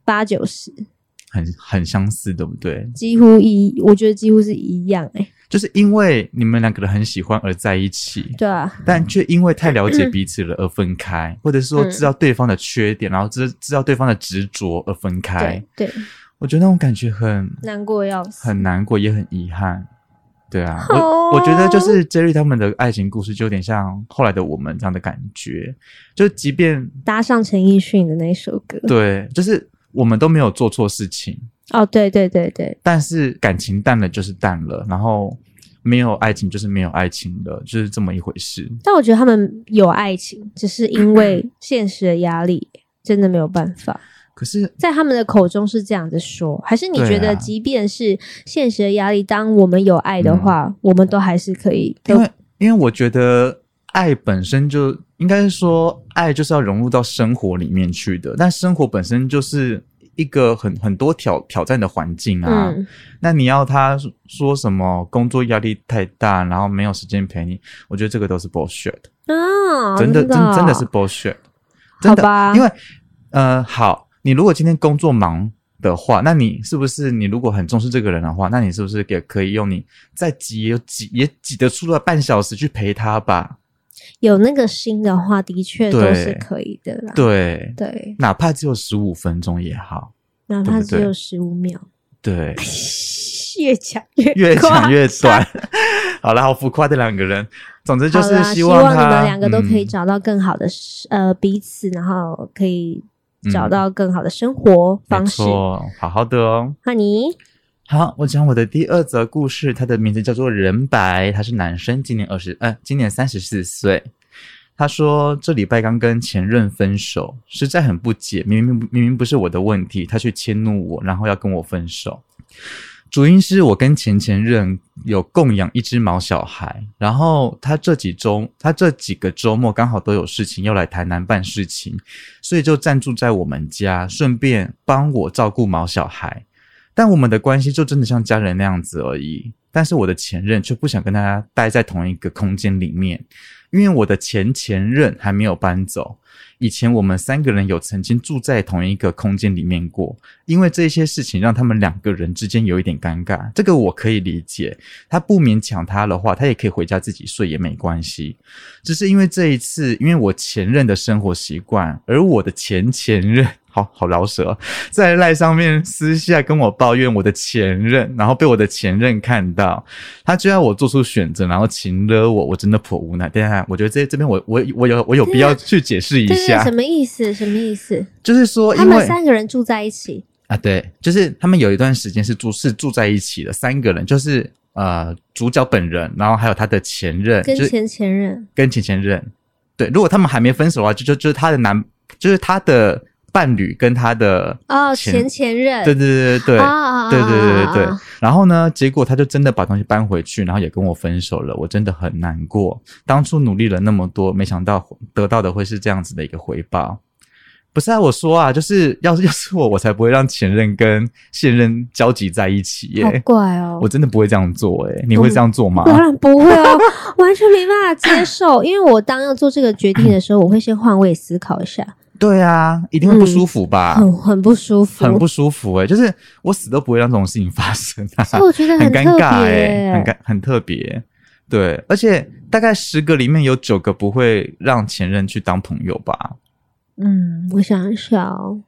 A: 八九十，
B: 很很相似，对不对？
A: 几乎一，我觉得几乎是一样哎、
B: 就是因为你们两个人很喜欢而在一起，
A: 对啊，
B: 但却因为太了解彼此了而分开，或者是说知道对方的缺点，然后知知道对方的执着而分开
A: 对。对，
B: 我觉得那种感觉很
A: 难过要死，
B: 很难过，也很遗憾。对啊，
A: 哦
B: 我我觉得就是 Jerry 他们的爱情故事就有点像后来的我们这样的感觉，就即
A: [LAUGHS]
B: 便
A: 搭上陈奕迅的那首歌。
B: 对，就是我们都没有做错事情，
A: 哦，对对对对，
B: 但是感情淡了就是淡了，然后没有爱情就是没有爱情了，就是这么一回事。
A: 但我觉得他们有爱情，只是因
B: 嗯
A: 为现实的压力，真的没有办法。
B: 可是，
A: 在他们的口中是这样子说，还是你
B: 对啊
A: 觉得，即便是现实的压力，当我们有爱的话，我们都还是可以
B: 嗯因
A: 都
B: 为因为我觉得爱本身就应该是说，爱就是要融入到生活里面去的，但生活本身就是一个很很多挑挑战的环境啊。
A: 嗯，
B: 那你要他说什么工作压力太大，然后没有时间陪你，我觉得这个都是 bullshit。
A: 啊，
B: 真的
A: 真啊
B: 真真的是 bullshit，真的，
A: 好吧
B: 因为呃，好，你如果今天工作忙的话，那你是不是你如果很重视这个人的话，那你是不是也可以用你再挤也挤也挤得出了半小时去陪他吧？
A: 有那个心的话，的确都
B: 对
A: 是可以的啦。
B: 对，
A: 对，
B: 哪怕只有十五分钟也好，
A: 哪
B: 对
A: 怕
B: 不对
A: 只有十五秒， [LAUGHS]
B: 对，
A: 越讲越
B: 越
A: 夸
B: 长越
A: 张 [LAUGHS]
B: 短。好了，好浮夸的两个人，总之就
A: 好
B: 是
A: 啦，希
B: 望他
A: 你们两个都可以
B: 嗯
A: 找到更好的、呃彼此，然后可以找
B: 嗯
A: 到更好的生活
B: 没
A: 方式。
B: 错，好好的哦。
A: 那你
B: 好，我讲我的第二则故事，他的名字叫做任白，他是男生，今年二十，呃，今年三十四岁。他说这礼拜刚跟前任分手，实在很不解，明明明明不是我的问题，他却迁怒我，然后要跟我分手。主因是我跟前前任有供养一只毛小孩，然后他这几周，他这几个周末刚好都有事情要来台南办事情，所以就暂住在我们家，顺便帮我照顾毛小孩。但我们的关系就真的像家人那样子而已。但是我的前任却不想跟他待在同一个空间里面，因为我的前前任还没有搬走。以前我们三个人有曾经住在同一个空间里面过，因为这些事情让他们两个人之间有一点尴尬，这个我可以理解。他不勉强他的话，他也可以回家自己睡也没关系。只是因为这一次，因为我前任的生活习惯，而我的前前任， [LAUGHS] 好好饶舌哦，在赖上面私下跟我抱怨我的前任，然后被我的前任看到，他就要我做出选择，然后情勒我，我真的颇无奈。等一下，我觉得这这边我我我有我有必要去解释一
A: 对对，
B: 下
A: 什，么意思？什么意思？
B: 就是说，
A: 他
B: 因
A: 们
B: 为
A: 三个人住在一起，
B: 啊，对，就是他们有一段时间是住是住在一起的，三个人，就是呃主角本人，然后还有他的前任，
A: 跟
B: 就是
A: 前前任
B: 跟前前任。对，如果他们还没分手的话，就就就是他的男，就是他的伴侣跟他的
A: 哦，
B: 前
A: 前前任，
B: 对对对对对。
A: 啊，
B: 对对对对对
A: 啊，
B: 然后呢？结果他就真的把东西搬回去，然后也跟我分手了。我真的很难过，当初努力了那么多，没想到得到的会是这样子的一个回报。不是啊，我说啊，就是要是要是我，我才不会让前任跟现任交集在一起耶、
A: 好怪哦
B: 我，真的不会这样做哎、你会这样做吗？
A: 当然不会哦，完全没办法接
B: [LAUGHS]
A: 受。因为我当要做这个决定的时候，我会先换位思考一下，
B: 对啊，一定会不舒服吧？
A: 很嗯很不舒服，
B: 啊很不舒服哎、就是我死都不会让这种事情发生啊。
A: 所以我觉得
B: 很
A: 特
B: 尴
A: 别
B: 尬欸
A: 耶，
B: 很尴很特别，对，而且大概十个里面有九个不会让前任去当朋友吧？
A: 嗯，我想一想哦，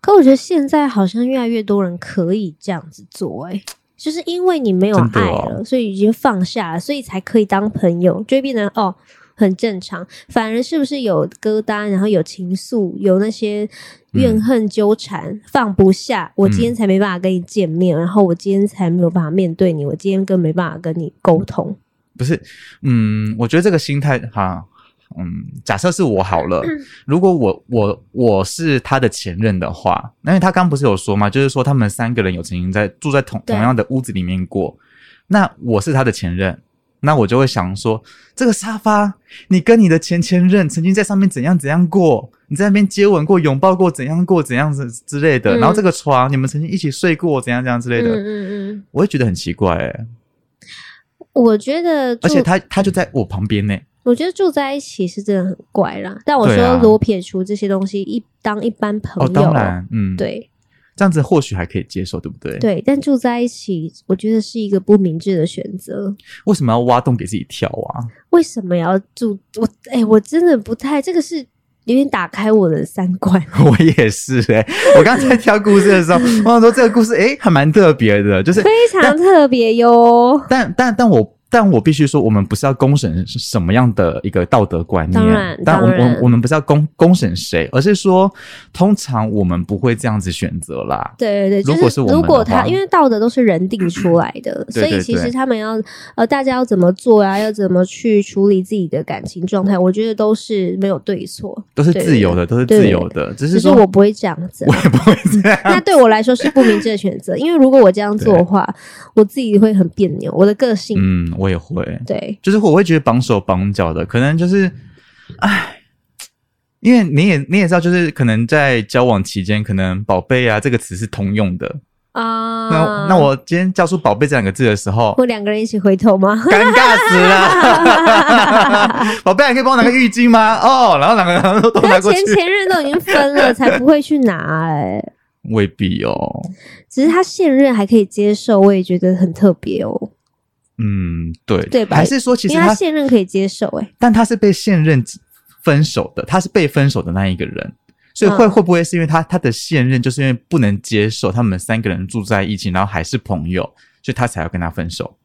A: 可我觉得现在好像越来越多人可以这样子做、欸，就是因为你没有
B: 真的
A: 爱
B: 哦
A: 了，所以已经放下了，所以才可以当朋友，就会变成哦。很正常，反而是不是有歌单，然后有情愫，有那些怨
B: 嗯
A: 恨纠缠、放不下，我今天才没办法跟你见面，然后我今天才没有办法面对你，我今天更没办法跟你沟通。
B: 不是，嗯，我觉得这个心态哈，嗯，假设是我好
A: 嗯
B: 了，如果我我我是他的前任的话，因为他刚不是有说嘛，就是说他们三个人有曾经在住在同
A: 对
B: 同样的屋子里面过，那我是他的前任。那我就会想说，这个沙发，你跟你的前前任曾经在上面怎样怎样过，你在那边接吻过、拥抱过，怎样过、怎样子之类的。
A: 嗯
B: 然后这个床，你们曾经一起睡过，怎样怎样之类
A: 嗯
B: 的，
A: 嗯嗯，
B: 我会觉得很奇怪、欸。
A: 我觉得住，
B: 而且他他就在我旁边呢、
A: 我觉得住在一起是真的很怪啦，但我
B: 对
A: 说
B: 啊
A: 如果撇除这些东西，一当一般朋
B: 哦，
A: 友，
B: 当然，嗯，，
A: 对
B: 这样子或许还可以接受，对不对？，
A: 对，但住在一起，我觉得是一个不明智的选择。
B: 为什么要挖洞给自己跳啊？ [LAUGHS]
A: 为什么要住？我哎、我真的不太，这个是有点打开我的三观。 [LAUGHS]
B: 我也是哎、我刚才挑故事的时候，
A: 嗯
B: 我想说这个故事哎、诶还蛮特别的，就是，
A: 非常特别哟，
B: 但但但我。但我必须说，我们不是要公审什么样的一个道德观念，
A: 当然
B: 但我
A: 当然
B: 我我们不是要公公审谁，而是说，通常我们不会这样子选择啦。
A: 对对对，就
B: 如果是我们
A: 如果
B: 的话嗯
A: 他因为道德都是人定出来的，
B: 对
A: 所以
B: 对
A: 其实
B: 对
A: 他们要呃大家要怎么做啊，要怎么去处理自己的感情状态，我觉得都是没有对错，
B: 都是
A: 对
B: 自由的，都是
A: 对
B: 自由的，只
A: 只
B: 是
A: 是
B: 说
A: 我不会这样子啊
B: 我。也不会这样。
A: 那对我来说是不明智的选择，因为如果我这样做的话，我自己会很别扭，我的个性、
B: 嗯，我也会。
A: 对。
B: 就是我会觉得绑手绑脚的，可能就是，唉，因为你也你也知道，就是可能在交往期间，可能“宝贝啊”这个词是通用的。
A: 啊
B: 那、那我今天叫出“宝贝”这两个字的时候，
A: 会两个人一起回头吗？
B: 尴尬死了。 [LAUGHS] 宝贝，你可以帮我拿个浴巾吗？哦，然后两个人都拿
A: 可
B: 过
A: 是
B: 去
A: 前，前任都已经分了，才不会去拿哎、
B: 未必哦。
A: 只是他现任还可以接受，我也觉得很特别哦，
B: 嗯，对，
A: 对吧
B: 还是说，其
A: 因
B: 实
A: 为他
B: 他，
A: 现任可以接受哎、
B: 但他是被现任分手的，他是被分手的那一个人。所以会
A: 嗯
B: 会不会是因为他他的现任就是因为不能接受他们三个人住在一起，然后还是朋友，所以他才要跟他分手？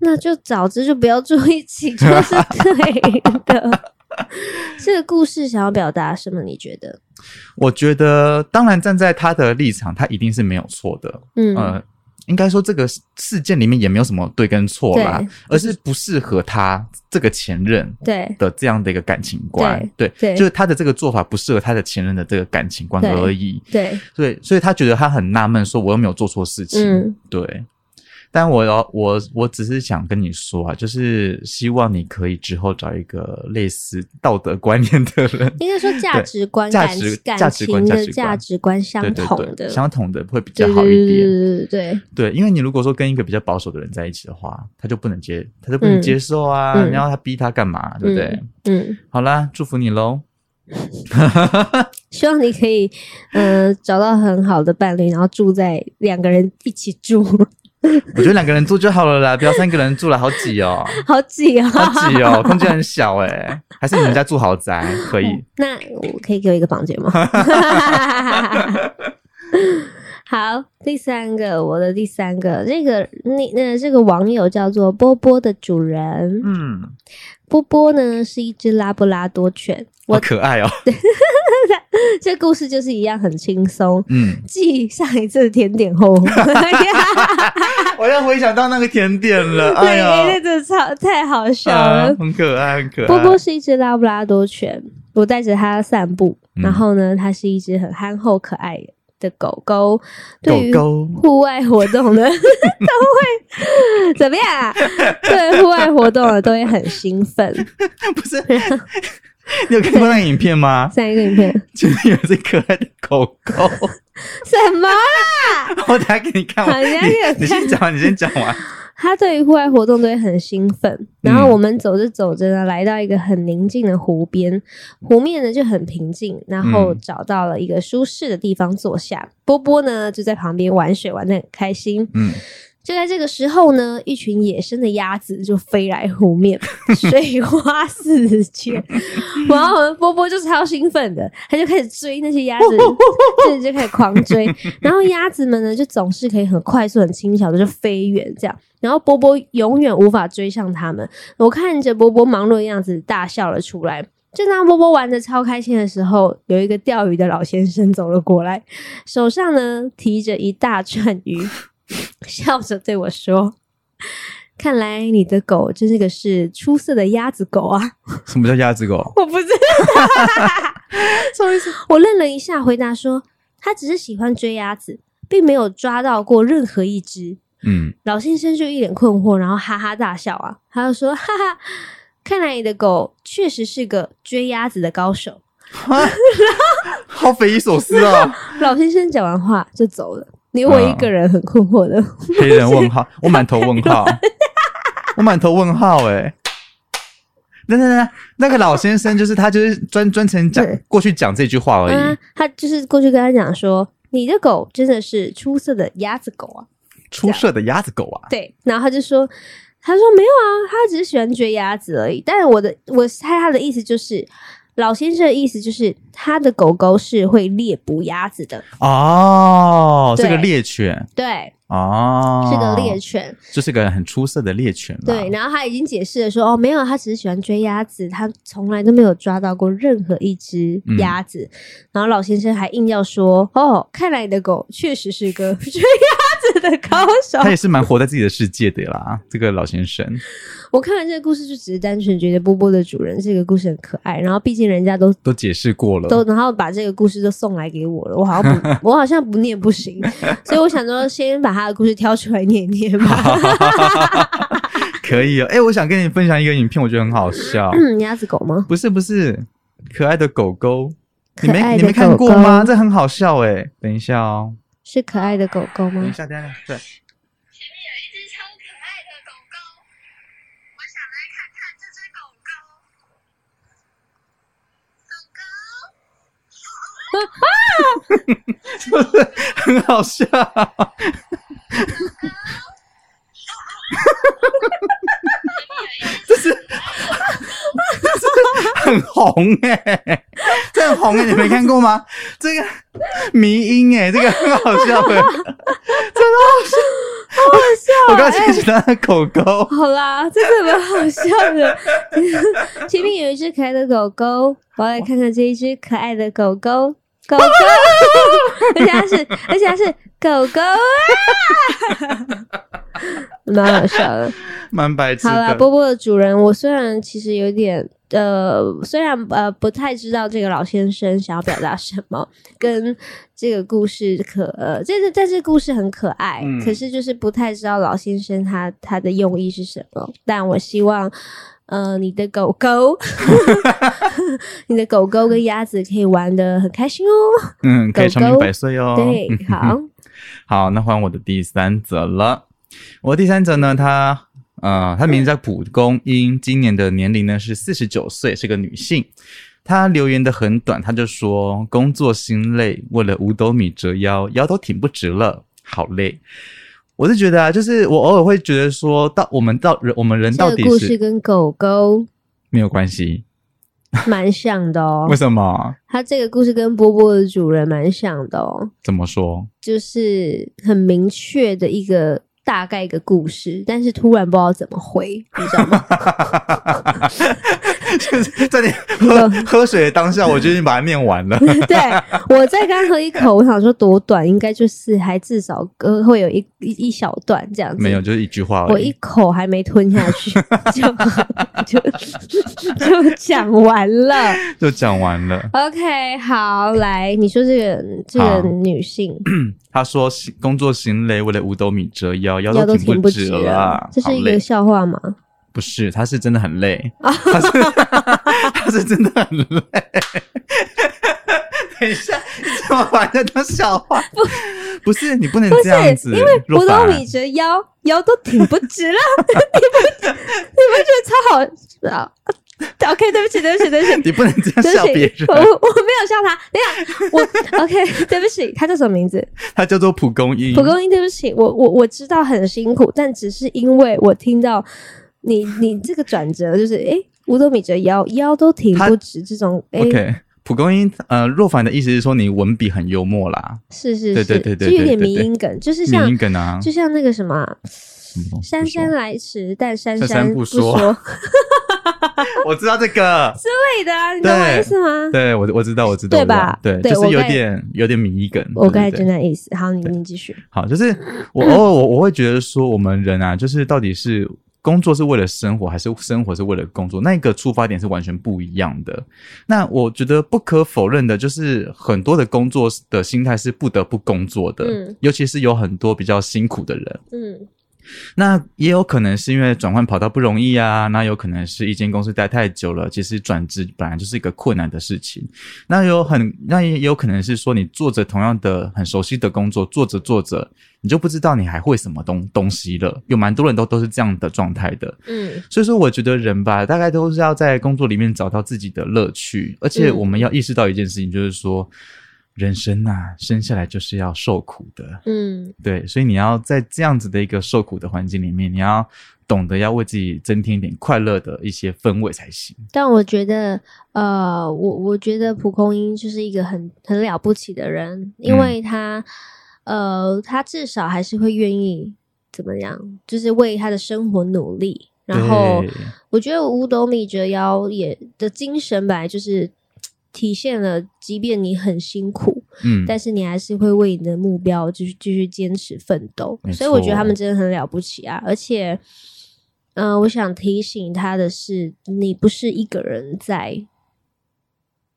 A: 那就早知就不要住一起，
B: [LAUGHS]
A: 就是对的。这个故事想要表达什么？你觉得？
B: 我觉得，当然站在他的立场，他一定是没有错的。
A: 嗯，
B: 呃，应该说这个事件里面也没有什么对跟错啦
A: 对，
B: 而是不适合他这个前任
A: 对
B: 的这样的一个感情观。对，
A: 对
B: 就是他的这个做法不适合他的前任的这个感情观
A: 对
B: 而已。
A: 对，
B: 对，所以他觉得他很纳闷，说我又没有做错事情。
A: 嗯
B: 对。但我要我我只是想跟你说啊，就是希望你可以之后找一个类似道德观念的人，
A: 应该说价值观、
B: 价
A: 感
B: 值
A: 感
B: 价值
A: 情
B: 观
A: 的价
B: 价
A: 值观 [LAUGHS] 相
B: 对对
A: 同
B: 对
A: 的，
B: 相同的会比
A: 对
B: 较好
A: 对
B: 一点。
A: 对对对
B: 对，因为你如果说跟一个比较保守的人在一起的话，他就不能接，他就不能
A: 嗯
B: 接受啊，
A: 嗯
B: 然后他逼他干嘛，对不对？
A: 对，嗯，
B: 好啦，祝福你喽。
A: 希望你可以嗯、呃找到很好的伴侣，然后住在两个人一起住，
B: 我觉得两个人住就好了啦，不要三个人住了，好挤哦，
A: 好挤啊、
B: 好挤哦，空间很小哎、还是你们家住豪宅
A: [LAUGHS]
B: 可以？
A: 那我可以给我一个房间吗？ [LAUGHS] 好，第三个，我的第三个，这个那那这个网友叫做波波的主人，
B: 嗯，
A: 波波呢是一只拉布拉多犬。 [LAUGHS]
B: 好
A: 我
B: 可爱哦，
A: 这故事就是一样很轻松，
B: 嗯，
A: 继上一次甜点后，
B: [LAUGHS]
A: [LAUGHS]
B: 我又回想到那个甜点
A: [LAUGHS]
B: 了，哎
A: 对，
B: 呀，
A: 这个超太好笑了。
B: 啊，很可爱，很可爱。
A: 波波是一只拉布拉多犬，我带着它散步，
B: 嗯
A: 然后呢，它是一只很憨厚可爱的狗狗。对于
B: 狗
A: [LAUGHS]
B: 狗
A: 户外活动
B: [LAUGHS]
A: 的都会怎么样啊？对户外活动的都会很兴奋。
B: 不是， [LAUGHS] 你有看过那个影
A: [LAUGHS]
B: 片吗？
A: 上一个影片
B: 前面有一只可爱的狗
A: [LAUGHS]
B: 狗。
A: 什么？
B: 我等下给你看。我
A: 好你要
B: 你
A: 给我看
B: 你先讲完，你先讲完。
A: 它对于户外活动都会很兴奋。然后我们走着走着呢，来到一个很宁静的湖边，湖面呢就很平静。然后
B: 嗯
A: 找到了一个舒适的地方坐下，波波呢就在旁边玩水，玩的很开心。
B: 嗯，
A: 就在这个时候呢，一群野生的鸭子就飞来湖面，水花四溅。然后我们波波就超兴奋的，他就开始追那些鸭子，甚至就开始狂追。然后鸭子们呢，就总是可以很快速、很轻巧的就飞远这样。然后波波永远无法追上他们。我看着波波忙碌的样子，大笑了出来。正当波波玩的超开心的时候，有一个钓鱼的老先生走了过来，手上呢提着一大串鱼， [LAUGHS] 笑着对我说：“看来你的狗真是个是出色的鸭子狗啊？
B: 什么叫鸭子狗！”
A: [LAUGHS] 我不知 [LAUGHS]
B: 什么意思？
A: 我愣了一下，回答说：“他只是喜欢追鸭子，并没有抓到过任何一只。”
B: 嗯，
A: 老先生就一脸困惑，然后哈哈大笑啊，他就说：“哈哈，看来你的狗确实是个追鸭子的高手。
B: [LAUGHS] 好匪夷所思
A: [LAUGHS]
B: 哦！”
A: 老先生讲完话就走了，留我一个人很困惑的。
B: 黑人问号，我满头问
A: [LAUGHS]
B: 号，我满头问号哎、等等等，那个老先生就是他，就是专专程讲
A: 对
B: 过去讲这句话而
A: 嗯
B: 已，，
A: 他就是过去跟他讲说：“你的狗真的是出色的鸭子狗啊。
B: 出色的鸭子狗”啊！
A: 对，然后他就说。他说没有啊，他只是喜欢追鸭子而已。但是我的，我猜他的意思就是，老先生的意思就是，他的狗狗是会猎捕鸭子的，
B: 哦，
A: 对
B: 是个猎犬
A: 对，
B: 哦，
A: 是个猎，犬。
B: 就是个很出色的猎犬啦。
A: 对，然后他已经解释了说，哦，没有，他只是喜欢追鸭子，他从来都没有抓到过任何一只鸭子。然后老先生还硬要说，哦，看来你的狗确实是个 [LAUGHS] 追鸭子的高手
B: 他。也是蛮活在自己的世界的啦，这个老先生。
A: 我看完这个故事，就只是单纯觉得波波的主人这个故事很可爱。然后毕竟人家都
B: 都解释过了，
A: 都，然后把这个故事都送来给我了，我好像不，我好像不念不行，所以我想说，先把他的故事挑出来念一念吧。
B: 可以哦。哎、我想跟你分享一个影片，我觉得很好笑。
A: 嗯，鸭子狗吗？
B: 不是不是，可爱的狗狗，
A: 可
B: 你
A: 爱
B: 没
A: 的
B: 你没看过吗？
A: 狗狗
B: 这很好笑哎、等一下哦，
A: 是可爱的狗狗
B: 等一
A: 吗？
B: 下，等一下，对，
C: 有一只超可爱的狗狗，我想来看看这只狗狗。狗狗，
B: 很好笑。这是这是很红哎、这很红哎、你没看
A: [LAUGHS]
B: 过吗？这个迷音哎、这个很好笑
A: [LAUGHS]
B: 哎、我 [LAUGHS]
A: 好哎
B: 刚
A: 好
B: 才想起他的狗狗，
A: 好啦，这个蛮好笑的。 [LAUGHS] 前面有一只可爱的狗狗，我要来看看这一只可爱的狗狗，狗狗， [LAUGHS] 而且它是，而且它是狗狗啊，蛮好笑的。 [LAUGHS]
B: 蛮白痴
A: 好啦，
B: 的。
A: 波波的主人，我虽然其实有点呃，虽然呃不太知道这个老先生想要表达什么，跟这个故事可呃，这个但是故事很可爱，
B: 嗯
A: 可是就是不太知道老先生他他的用意是什么。但我希望，呃，你的狗狗，你的狗狗跟鸭子可以玩的很开心哦。
B: 嗯，可以
A: 狗
B: 长命
A: 狗
B: 百岁哦。
A: 对，
B: [LAUGHS]
A: 好，
B: 好，那换我的第三则了。我的第三则呢，她呃，她名字叫蒲公英，今年的年龄呢是四十九岁，是个女性。她留言的很短，她就说工作心累，为了五斗米折腰，腰都挺不直了，好累。我是觉得啊，就是我偶尔会觉得说到我们到人我们人到
A: 这
B: 底
A: 个故事
B: 是
A: 跟狗狗
B: 没有关系，
A: 蛮像的哦
B: [LAUGHS] 为。什么？
A: 它这个故事跟波波的主人蛮像的哦。
B: 怎么说？
A: 就是很明确的一个大概一个故事，但是突然不知道怎么回，你知道吗？
B: [LAUGHS]
A: [LAUGHS]
B: 就是在你 [LAUGHS] 喝喝水的当下，我就已经把它念完了。
A: 对我再刚喝一口，我想说多短，应该就是还至少呃会有一一一小段这样子。
B: [LAUGHS] 没有，，就是一句话而已。
A: 我一口还没吞下去就就就讲完了。
B: 就讲完了。
A: OK，好，来你说这个这
B: 好
A: 个女性
B: 他说心工作心累，为了五斗米折腰，腰
A: 腰
B: 都
A: 都
B: 挺
A: 挺
B: 不
A: 不
B: 直
A: 直
B: 了
A: 了
B: 啊，，
A: 这是一
B: 好累
A: 个笑话吗？
B: 不是，他是真的
A: [LAUGHS]
B: 很累，他是他是真的很累。 [LAUGHS] 等一下，你怎么把人家当笑话？不，是你不能
A: 不
B: 这样子
A: 是，因为
B: 若
A: 五斗
B: 凡
A: 米折腰，腰都挺不直了， [LAUGHS] 你不你不觉得超好啊？OK，对不起，对不起，对不起。
B: 你不能这样
A: 对
B: [LAUGHS] 笑别
A: 不起，我我
B: 人。
A: 没有笑他。等一
B: [LAUGHS]
A: 下，我 OK，对不起，他叫什么名字？
B: 他叫做蒲公英，
A: 蒲公英，对不起，我我我知道很辛苦，但只是因为我听到你你这个转折，就是诶，五斗米折腰，腰都挺
B: 他
A: 不直，这种诶，
B: OK。蒲公英，呃，若凡的意思是说你文笔很幽默啦，
A: 是是
B: 对
A: 是，
B: 对对对
A: 就有
B: 对
A: 点
B: 对
A: 迷
B: 对
A: 音梗，就是啊
B: 民
A: 像
B: 音梗啊，
A: 就像那个什么啊
B: 什么东西
A: 姗
B: 不说
A: 姗来迟，但姗
B: 姗姗
A: 姗
B: 不
A: 不
B: 说
A: 说。
B: 我知道这个，
A: 对的啊，你懂我意思 [LAUGHS] 吗？
B: 对我我知道我知道，
A: 对
B: 我知道
A: 吧
B: 对，
A: 对
B: 就是
A: 我
B: 有
A: 该
B: 点有点迷梗，
A: 我刚
B: 对
A: 才
B: 对
A: 就
B: 对
A: 那意思。好，你你继续。
B: 好，就是我偶尔我我会觉得说，我们人啊，就是到底是工作是为了生活，还是生活是为了工作？那个出发点是完全不一样的。那我觉得不可否认的，就是很多的工作的心态是不得不工作的，
A: 嗯
B: 尤其是有很多比较辛苦的人。
A: 嗯
B: 那也有可能是因为转换跑道不容易啊，那有可能是一间公司待太久了，其实转职本来就是一个困难的事情。那有很，那也有可能是说你做着同样的很熟悉的工作，做着做着，你就不知道你还会什么东东西了。有蛮多人都都是这样的状态的。
A: 嗯
B: 所以说，我觉得人吧，大概都是要在工作里面找到自己的乐趣，而且
A: 嗯
B: 我们要意识到一件事情，就是说，人生呐、生下来就是要受苦的。
A: 嗯
B: 对，所以你要在这样子的一个受苦的环境里面，你要懂得要为自己增添一点快乐的一些氛围才行。
A: 但我觉得，呃，我我觉得蒲公英就是一个很很了不起的人，因
B: 嗯
A: 为他，呃，他至少还是会愿意怎么样，就是为他的生活努力。然后，
B: 对
A: 我觉得五斗米折腰也的精神本来就是体现了，即便你很辛苦，
B: 嗯，
A: 但是你还是会为你的目标继续继续坚持奋斗
B: 没，
A: 所以我觉得
B: 错
A: 他们真的很了不起啊！而且，嗯、我想提醒他的是，你不是一个人在。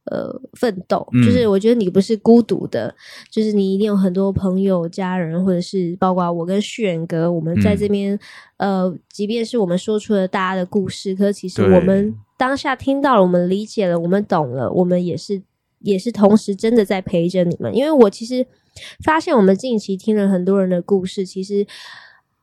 A: 呃，奋斗
B: 嗯
A: 就是我觉得你不是孤独的，就是你一定有很多朋友、家人，或者是包括我跟旭远哥，我们在
B: 嗯
A: 这边，呃，即便是我们说出了大家的故事，可是其实
B: 对
A: 我们当下听到了，我们理解了，我们懂了，我们也是也是同时真的在陪着你们。因为我其实发现，我们近期听了很多人的故事，其实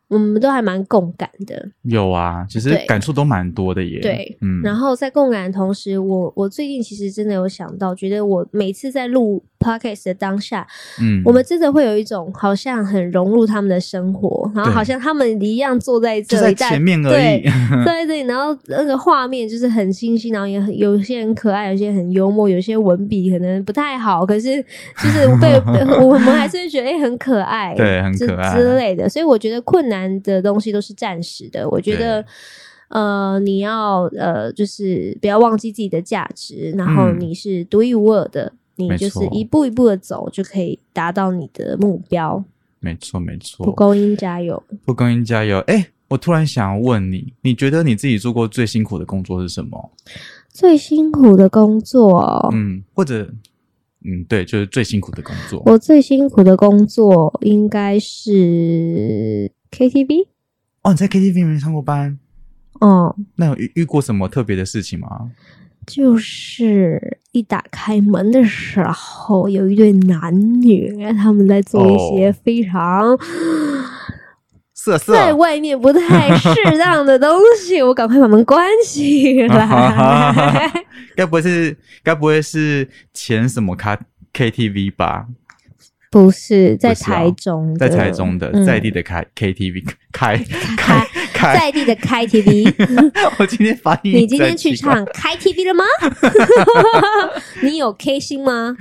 A: 我们都还蛮共感的。
B: 有啊，其实
A: 对
B: 感触都蛮多的耶。
A: 对
B: 嗯，
A: 然后在共感的同时，我我最近其实真的有想到，觉得我每次在录 podcast 的当下，
B: 嗯，
A: 我们真的会有一种好像很融入他们的生活，然后
B: 对
A: 好像他们一样坐在
B: 就
A: 这
B: 在
A: 里，但
B: 前面而已。
A: 坐
B: [LAUGHS]
A: 在这里，然后那个画面就是很清晰，然后也很有些很可爱，有些很幽默，有些文笔可能不太好，可是就是
B: [LAUGHS]
A: 被被我们还是会觉得哎、诶很可爱，
B: 对很
A: 之
B: 可爱
A: 之类的。所以我觉得困难的东西都是暂时的，我觉得
B: 对。
A: 呃，你要呃，就是不要忘记自己的价值，然后
B: 嗯
A: 你是独一无二的，
B: 没
A: 你就是
B: 错
A: 一步一步的走，就可以达到你的目标。
B: 没错，没
A: 蒲
B: 错。
A: 公英加油！
B: 蒲公英加油！哎，我突然想问你，你觉得你自己做过最辛苦的工作是什么？
A: 最辛苦的工作、哦，
B: 嗯，或者嗯，对，就是最辛苦的工作。
A: 我最辛苦的工作应该是 KTV。
B: 哦，你在 KTV 没上过班，
A: 哦、
B: 那有遇遇过什么特别的事情吗？
A: 就是一打开门的时候，有一对男女，他们在做一些
B: 哦啊
A: 非常
B: 色色，
A: 在外面不太适当的东
B: [LAUGHS]
A: 西，我赶快把门关起来。
B: [LAUGHS] 该不会是该不会是前什么咖 KTV 吧？
A: 不是在
B: 不是啊
A: 台中的，
B: 在台中的、
A: 嗯
B: 在地的开 KTV 开开
A: 开
B: 开，
A: 在地的开 TV。
B: [LAUGHS] 我今天发音
A: 你今天
B: 真
A: 去
B: 奇怪
A: 唱开 TV 了吗？ [LAUGHS] 你有 K 心吗？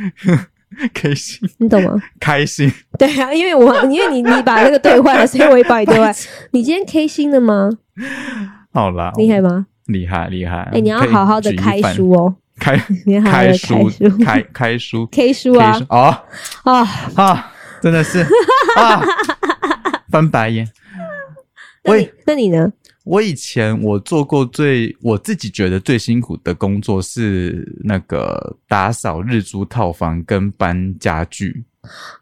B: 开心
A: 你懂吗？
B: 开心，
A: [LAUGHS] 对啊，因为我因为你你把那个兑 [LAUGHS] 换了，所以我也把你兑换。你今天 K 心了吗？
B: 好啦，
A: 厉害吗？
B: 厉害厉害！
A: 哎、你要
B: 可以
A: 好好的
B: 举一
A: 开
B: 反
A: 书哦，
B: 开
A: 你要好好
B: 开
A: 的书 [LAUGHS]
B: 书开开书
A: K 书
B: 开
A: 啊
B: 书哦
A: 啊！
B: 啊，真的是啊，翻白眼。
A: 那
B: 我
A: 你
B: 以
A: 那你呢？
B: 我以前我做过最我自己觉得最辛苦的工作是那个打扫日租套房跟搬家具。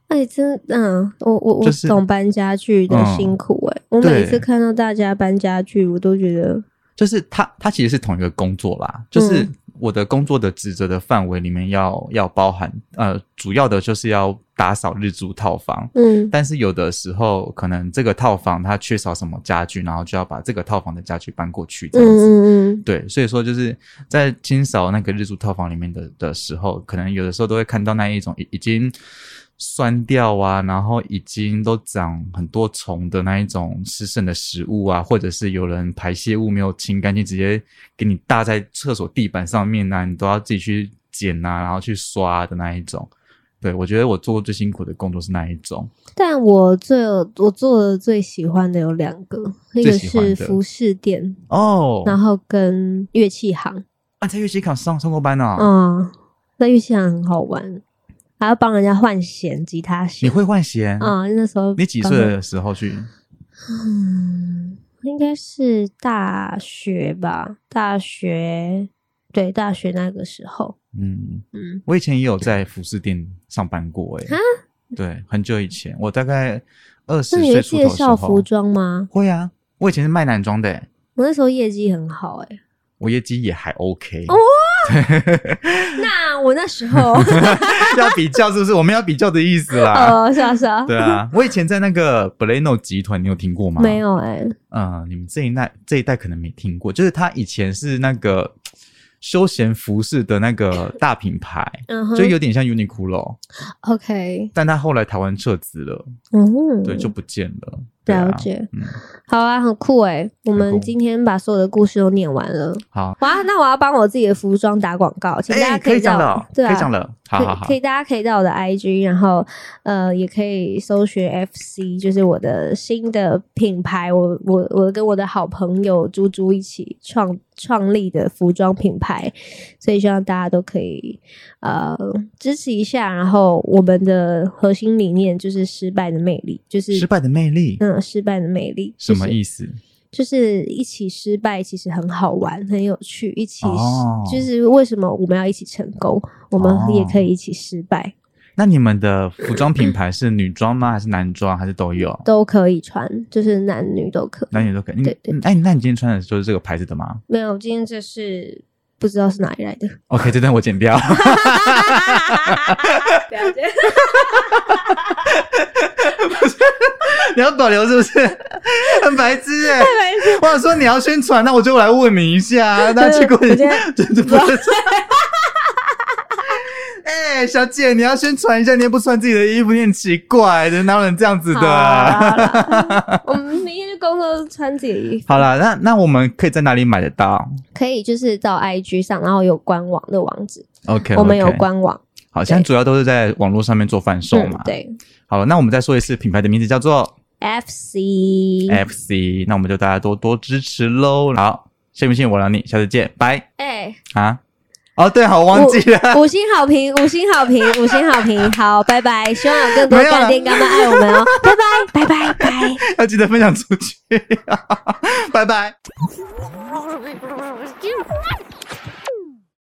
A: 哎，真嗯，我我我
B: 就是
A: 懂搬家具的
B: 嗯
A: 辛苦哎、我每
B: 对
A: 次看到大家搬家具，我都觉得
B: 就是它，它其实是同一个工作啦，就是
A: 嗯
B: 我的工作的职责的范围里面要要包含，呃，主要的就是要打扫日租套房，
A: 嗯
B: 但是有的时候可能这个套房它缺少什么家具，然后就要把这个套房的家具搬过去，这
A: 嗯
B: 样子。
A: 嗯嗯，
B: 对，所以说就是在清扫那个日租套房里面的的时候，可能有的时候都会看到那一种已已经酸掉啊，然后已经都长很多虫的那一种吃剩的食物啊，或者是有人排泄物没有清干净，直接给你搭在厕所地板上面啊，你都要自己去捡啊，然后去刷的那一种。对，我觉得我做过最辛苦的工作是那一种。
A: 但我最我做的最喜欢的有两个，一个
B: 最喜欢
A: 是
B: 的
A: 服饰店，
B: 哦，
A: 然后跟乐器行。
B: 啊，在乐器厂上上过班啊？
A: 嗯，那乐器行很好玩，还要帮人家换弦，吉他弦。
B: 你会换弦？
A: 啊、那时候
B: 你几
A: 帮
B: 岁
A: 忙
B: 的时候去？
A: 嗯，应该是大学吧，大学对大学那个时候，
B: 嗯，
A: 嗯，
B: 我以前也有在服饰店上班过、欸，
A: 哈
B: 哎，对，很久以前，我大概二十
A: 那你会
B: 岁出
A: 介
B: 头的时
A: 绍服
B: 候，
A: 装吗？
B: 会啊，我以前是卖男装的、欸，
A: 我那时候业绩很好
B: [LAUGHS]
A: 哎、
B: 我业绩也还 OK，、
A: 哦那我那时候，
B: [LAUGHS] 要比较是不是？我们要比较的意思啦。
A: 呃，是啊是啊，
B: 对啊，我以前在那个 Bleno 集团，你有听过吗？
A: 没。有哎、
B: 嗯，你们这一代这一代可能没听过，就是他以前是那个休闲服饰的那个大品牌，
A: 嗯哼
B: 就有点像 Uniqlo，
A: ，OK，
B: 但他后来台湾撤资了，
A: 嗯，
B: 对，就不见了。对啊
A: 了解
B: 嗯，
A: 好啊，很酷哎、我
B: 很
A: 们
B: 酷
A: 今天把所有的故事都念完了。
B: 好，
A: 哇，那我要帮我自己的服装打广告，请大
B: 哎，
A: 家
B: 可以
A: 到
B: 讲了，
A: 对啊，
B: 可以讲了，好
A: 可以
B: 好好
A: 可，以，大家可以到我的 IG，然后呃，也可以搜寻 FC，就是我的新的品牌，我我我跟我的好朋友猪猪一起创创立的服装品牌，所以希望大家都可以呃支持一下。然后我们的核心理念就是失败的魅力，就是
B: 失败的魅力
A: 嗯，失败的魅力
B: 什么
A: 思？
B: 意思？
A: 就是一起失败，其实很好玩，很有趣。一起、
B: 哦
A: 就是为什么我们要一起成功，我们也可以一起失败，
B: 那你们的服装品牌是女装吗？还是男装？还是都有？
A: 都可以穿，就是男女都可以。
B: 男女都可以。你
A: 对对
B: 嗯哎，那你今天穿的就是这个牌子的 [LAUGHS] 吗
A: 没有，今天这是不知道是哪里
B: [LAUGHS]
A: 来的，
B: ？OK，这哦段我剪掉。
A: 了 [LAUGHS] 解。
B: [LAUGHS] 你要保留是不 [LAUGHS] 是？很白痴哎！我想说你要宣传，那我就来问你
A: [LAUGHS]
B: 一下。那结果你
A: 我今天
B: [LAUGHS] 真的不是。哎，小姐，你要宣传一下，你也不穿自己的衣服，你很奇怪的，哪有人这样子的？
A: 好啦好啦我们明天就工作穿自己的衣服，
B: 好了，那那我们可以在哪里买得到
A: 可以就是到 IG 上，然后有官网的网址
B: ？OK，
A: 我们有
B: OK
A: 官网，
B: 好，现在主要都是在网络上面做贩售
A: 嗯
B: 嘛。，
A: 对
B: 好了，那我们再说一次品牌的名字叫做
A: ，FC
B: FC，那我们就大家多多支持喽。好，信不信我养你，下次见，拜
A: 哎。
B: 啊！哦，对，好，我忘记了。 [LAUGHS]
A: 五星好评，五星好评，五星好评，好，拜拜！希望有更多
B: 没有了
A: 干爹干妈爱我们哦，拜拜，拜拜，拜。
B: 要 [LAUGHS] 记得分享出去，拜拜。
C: 我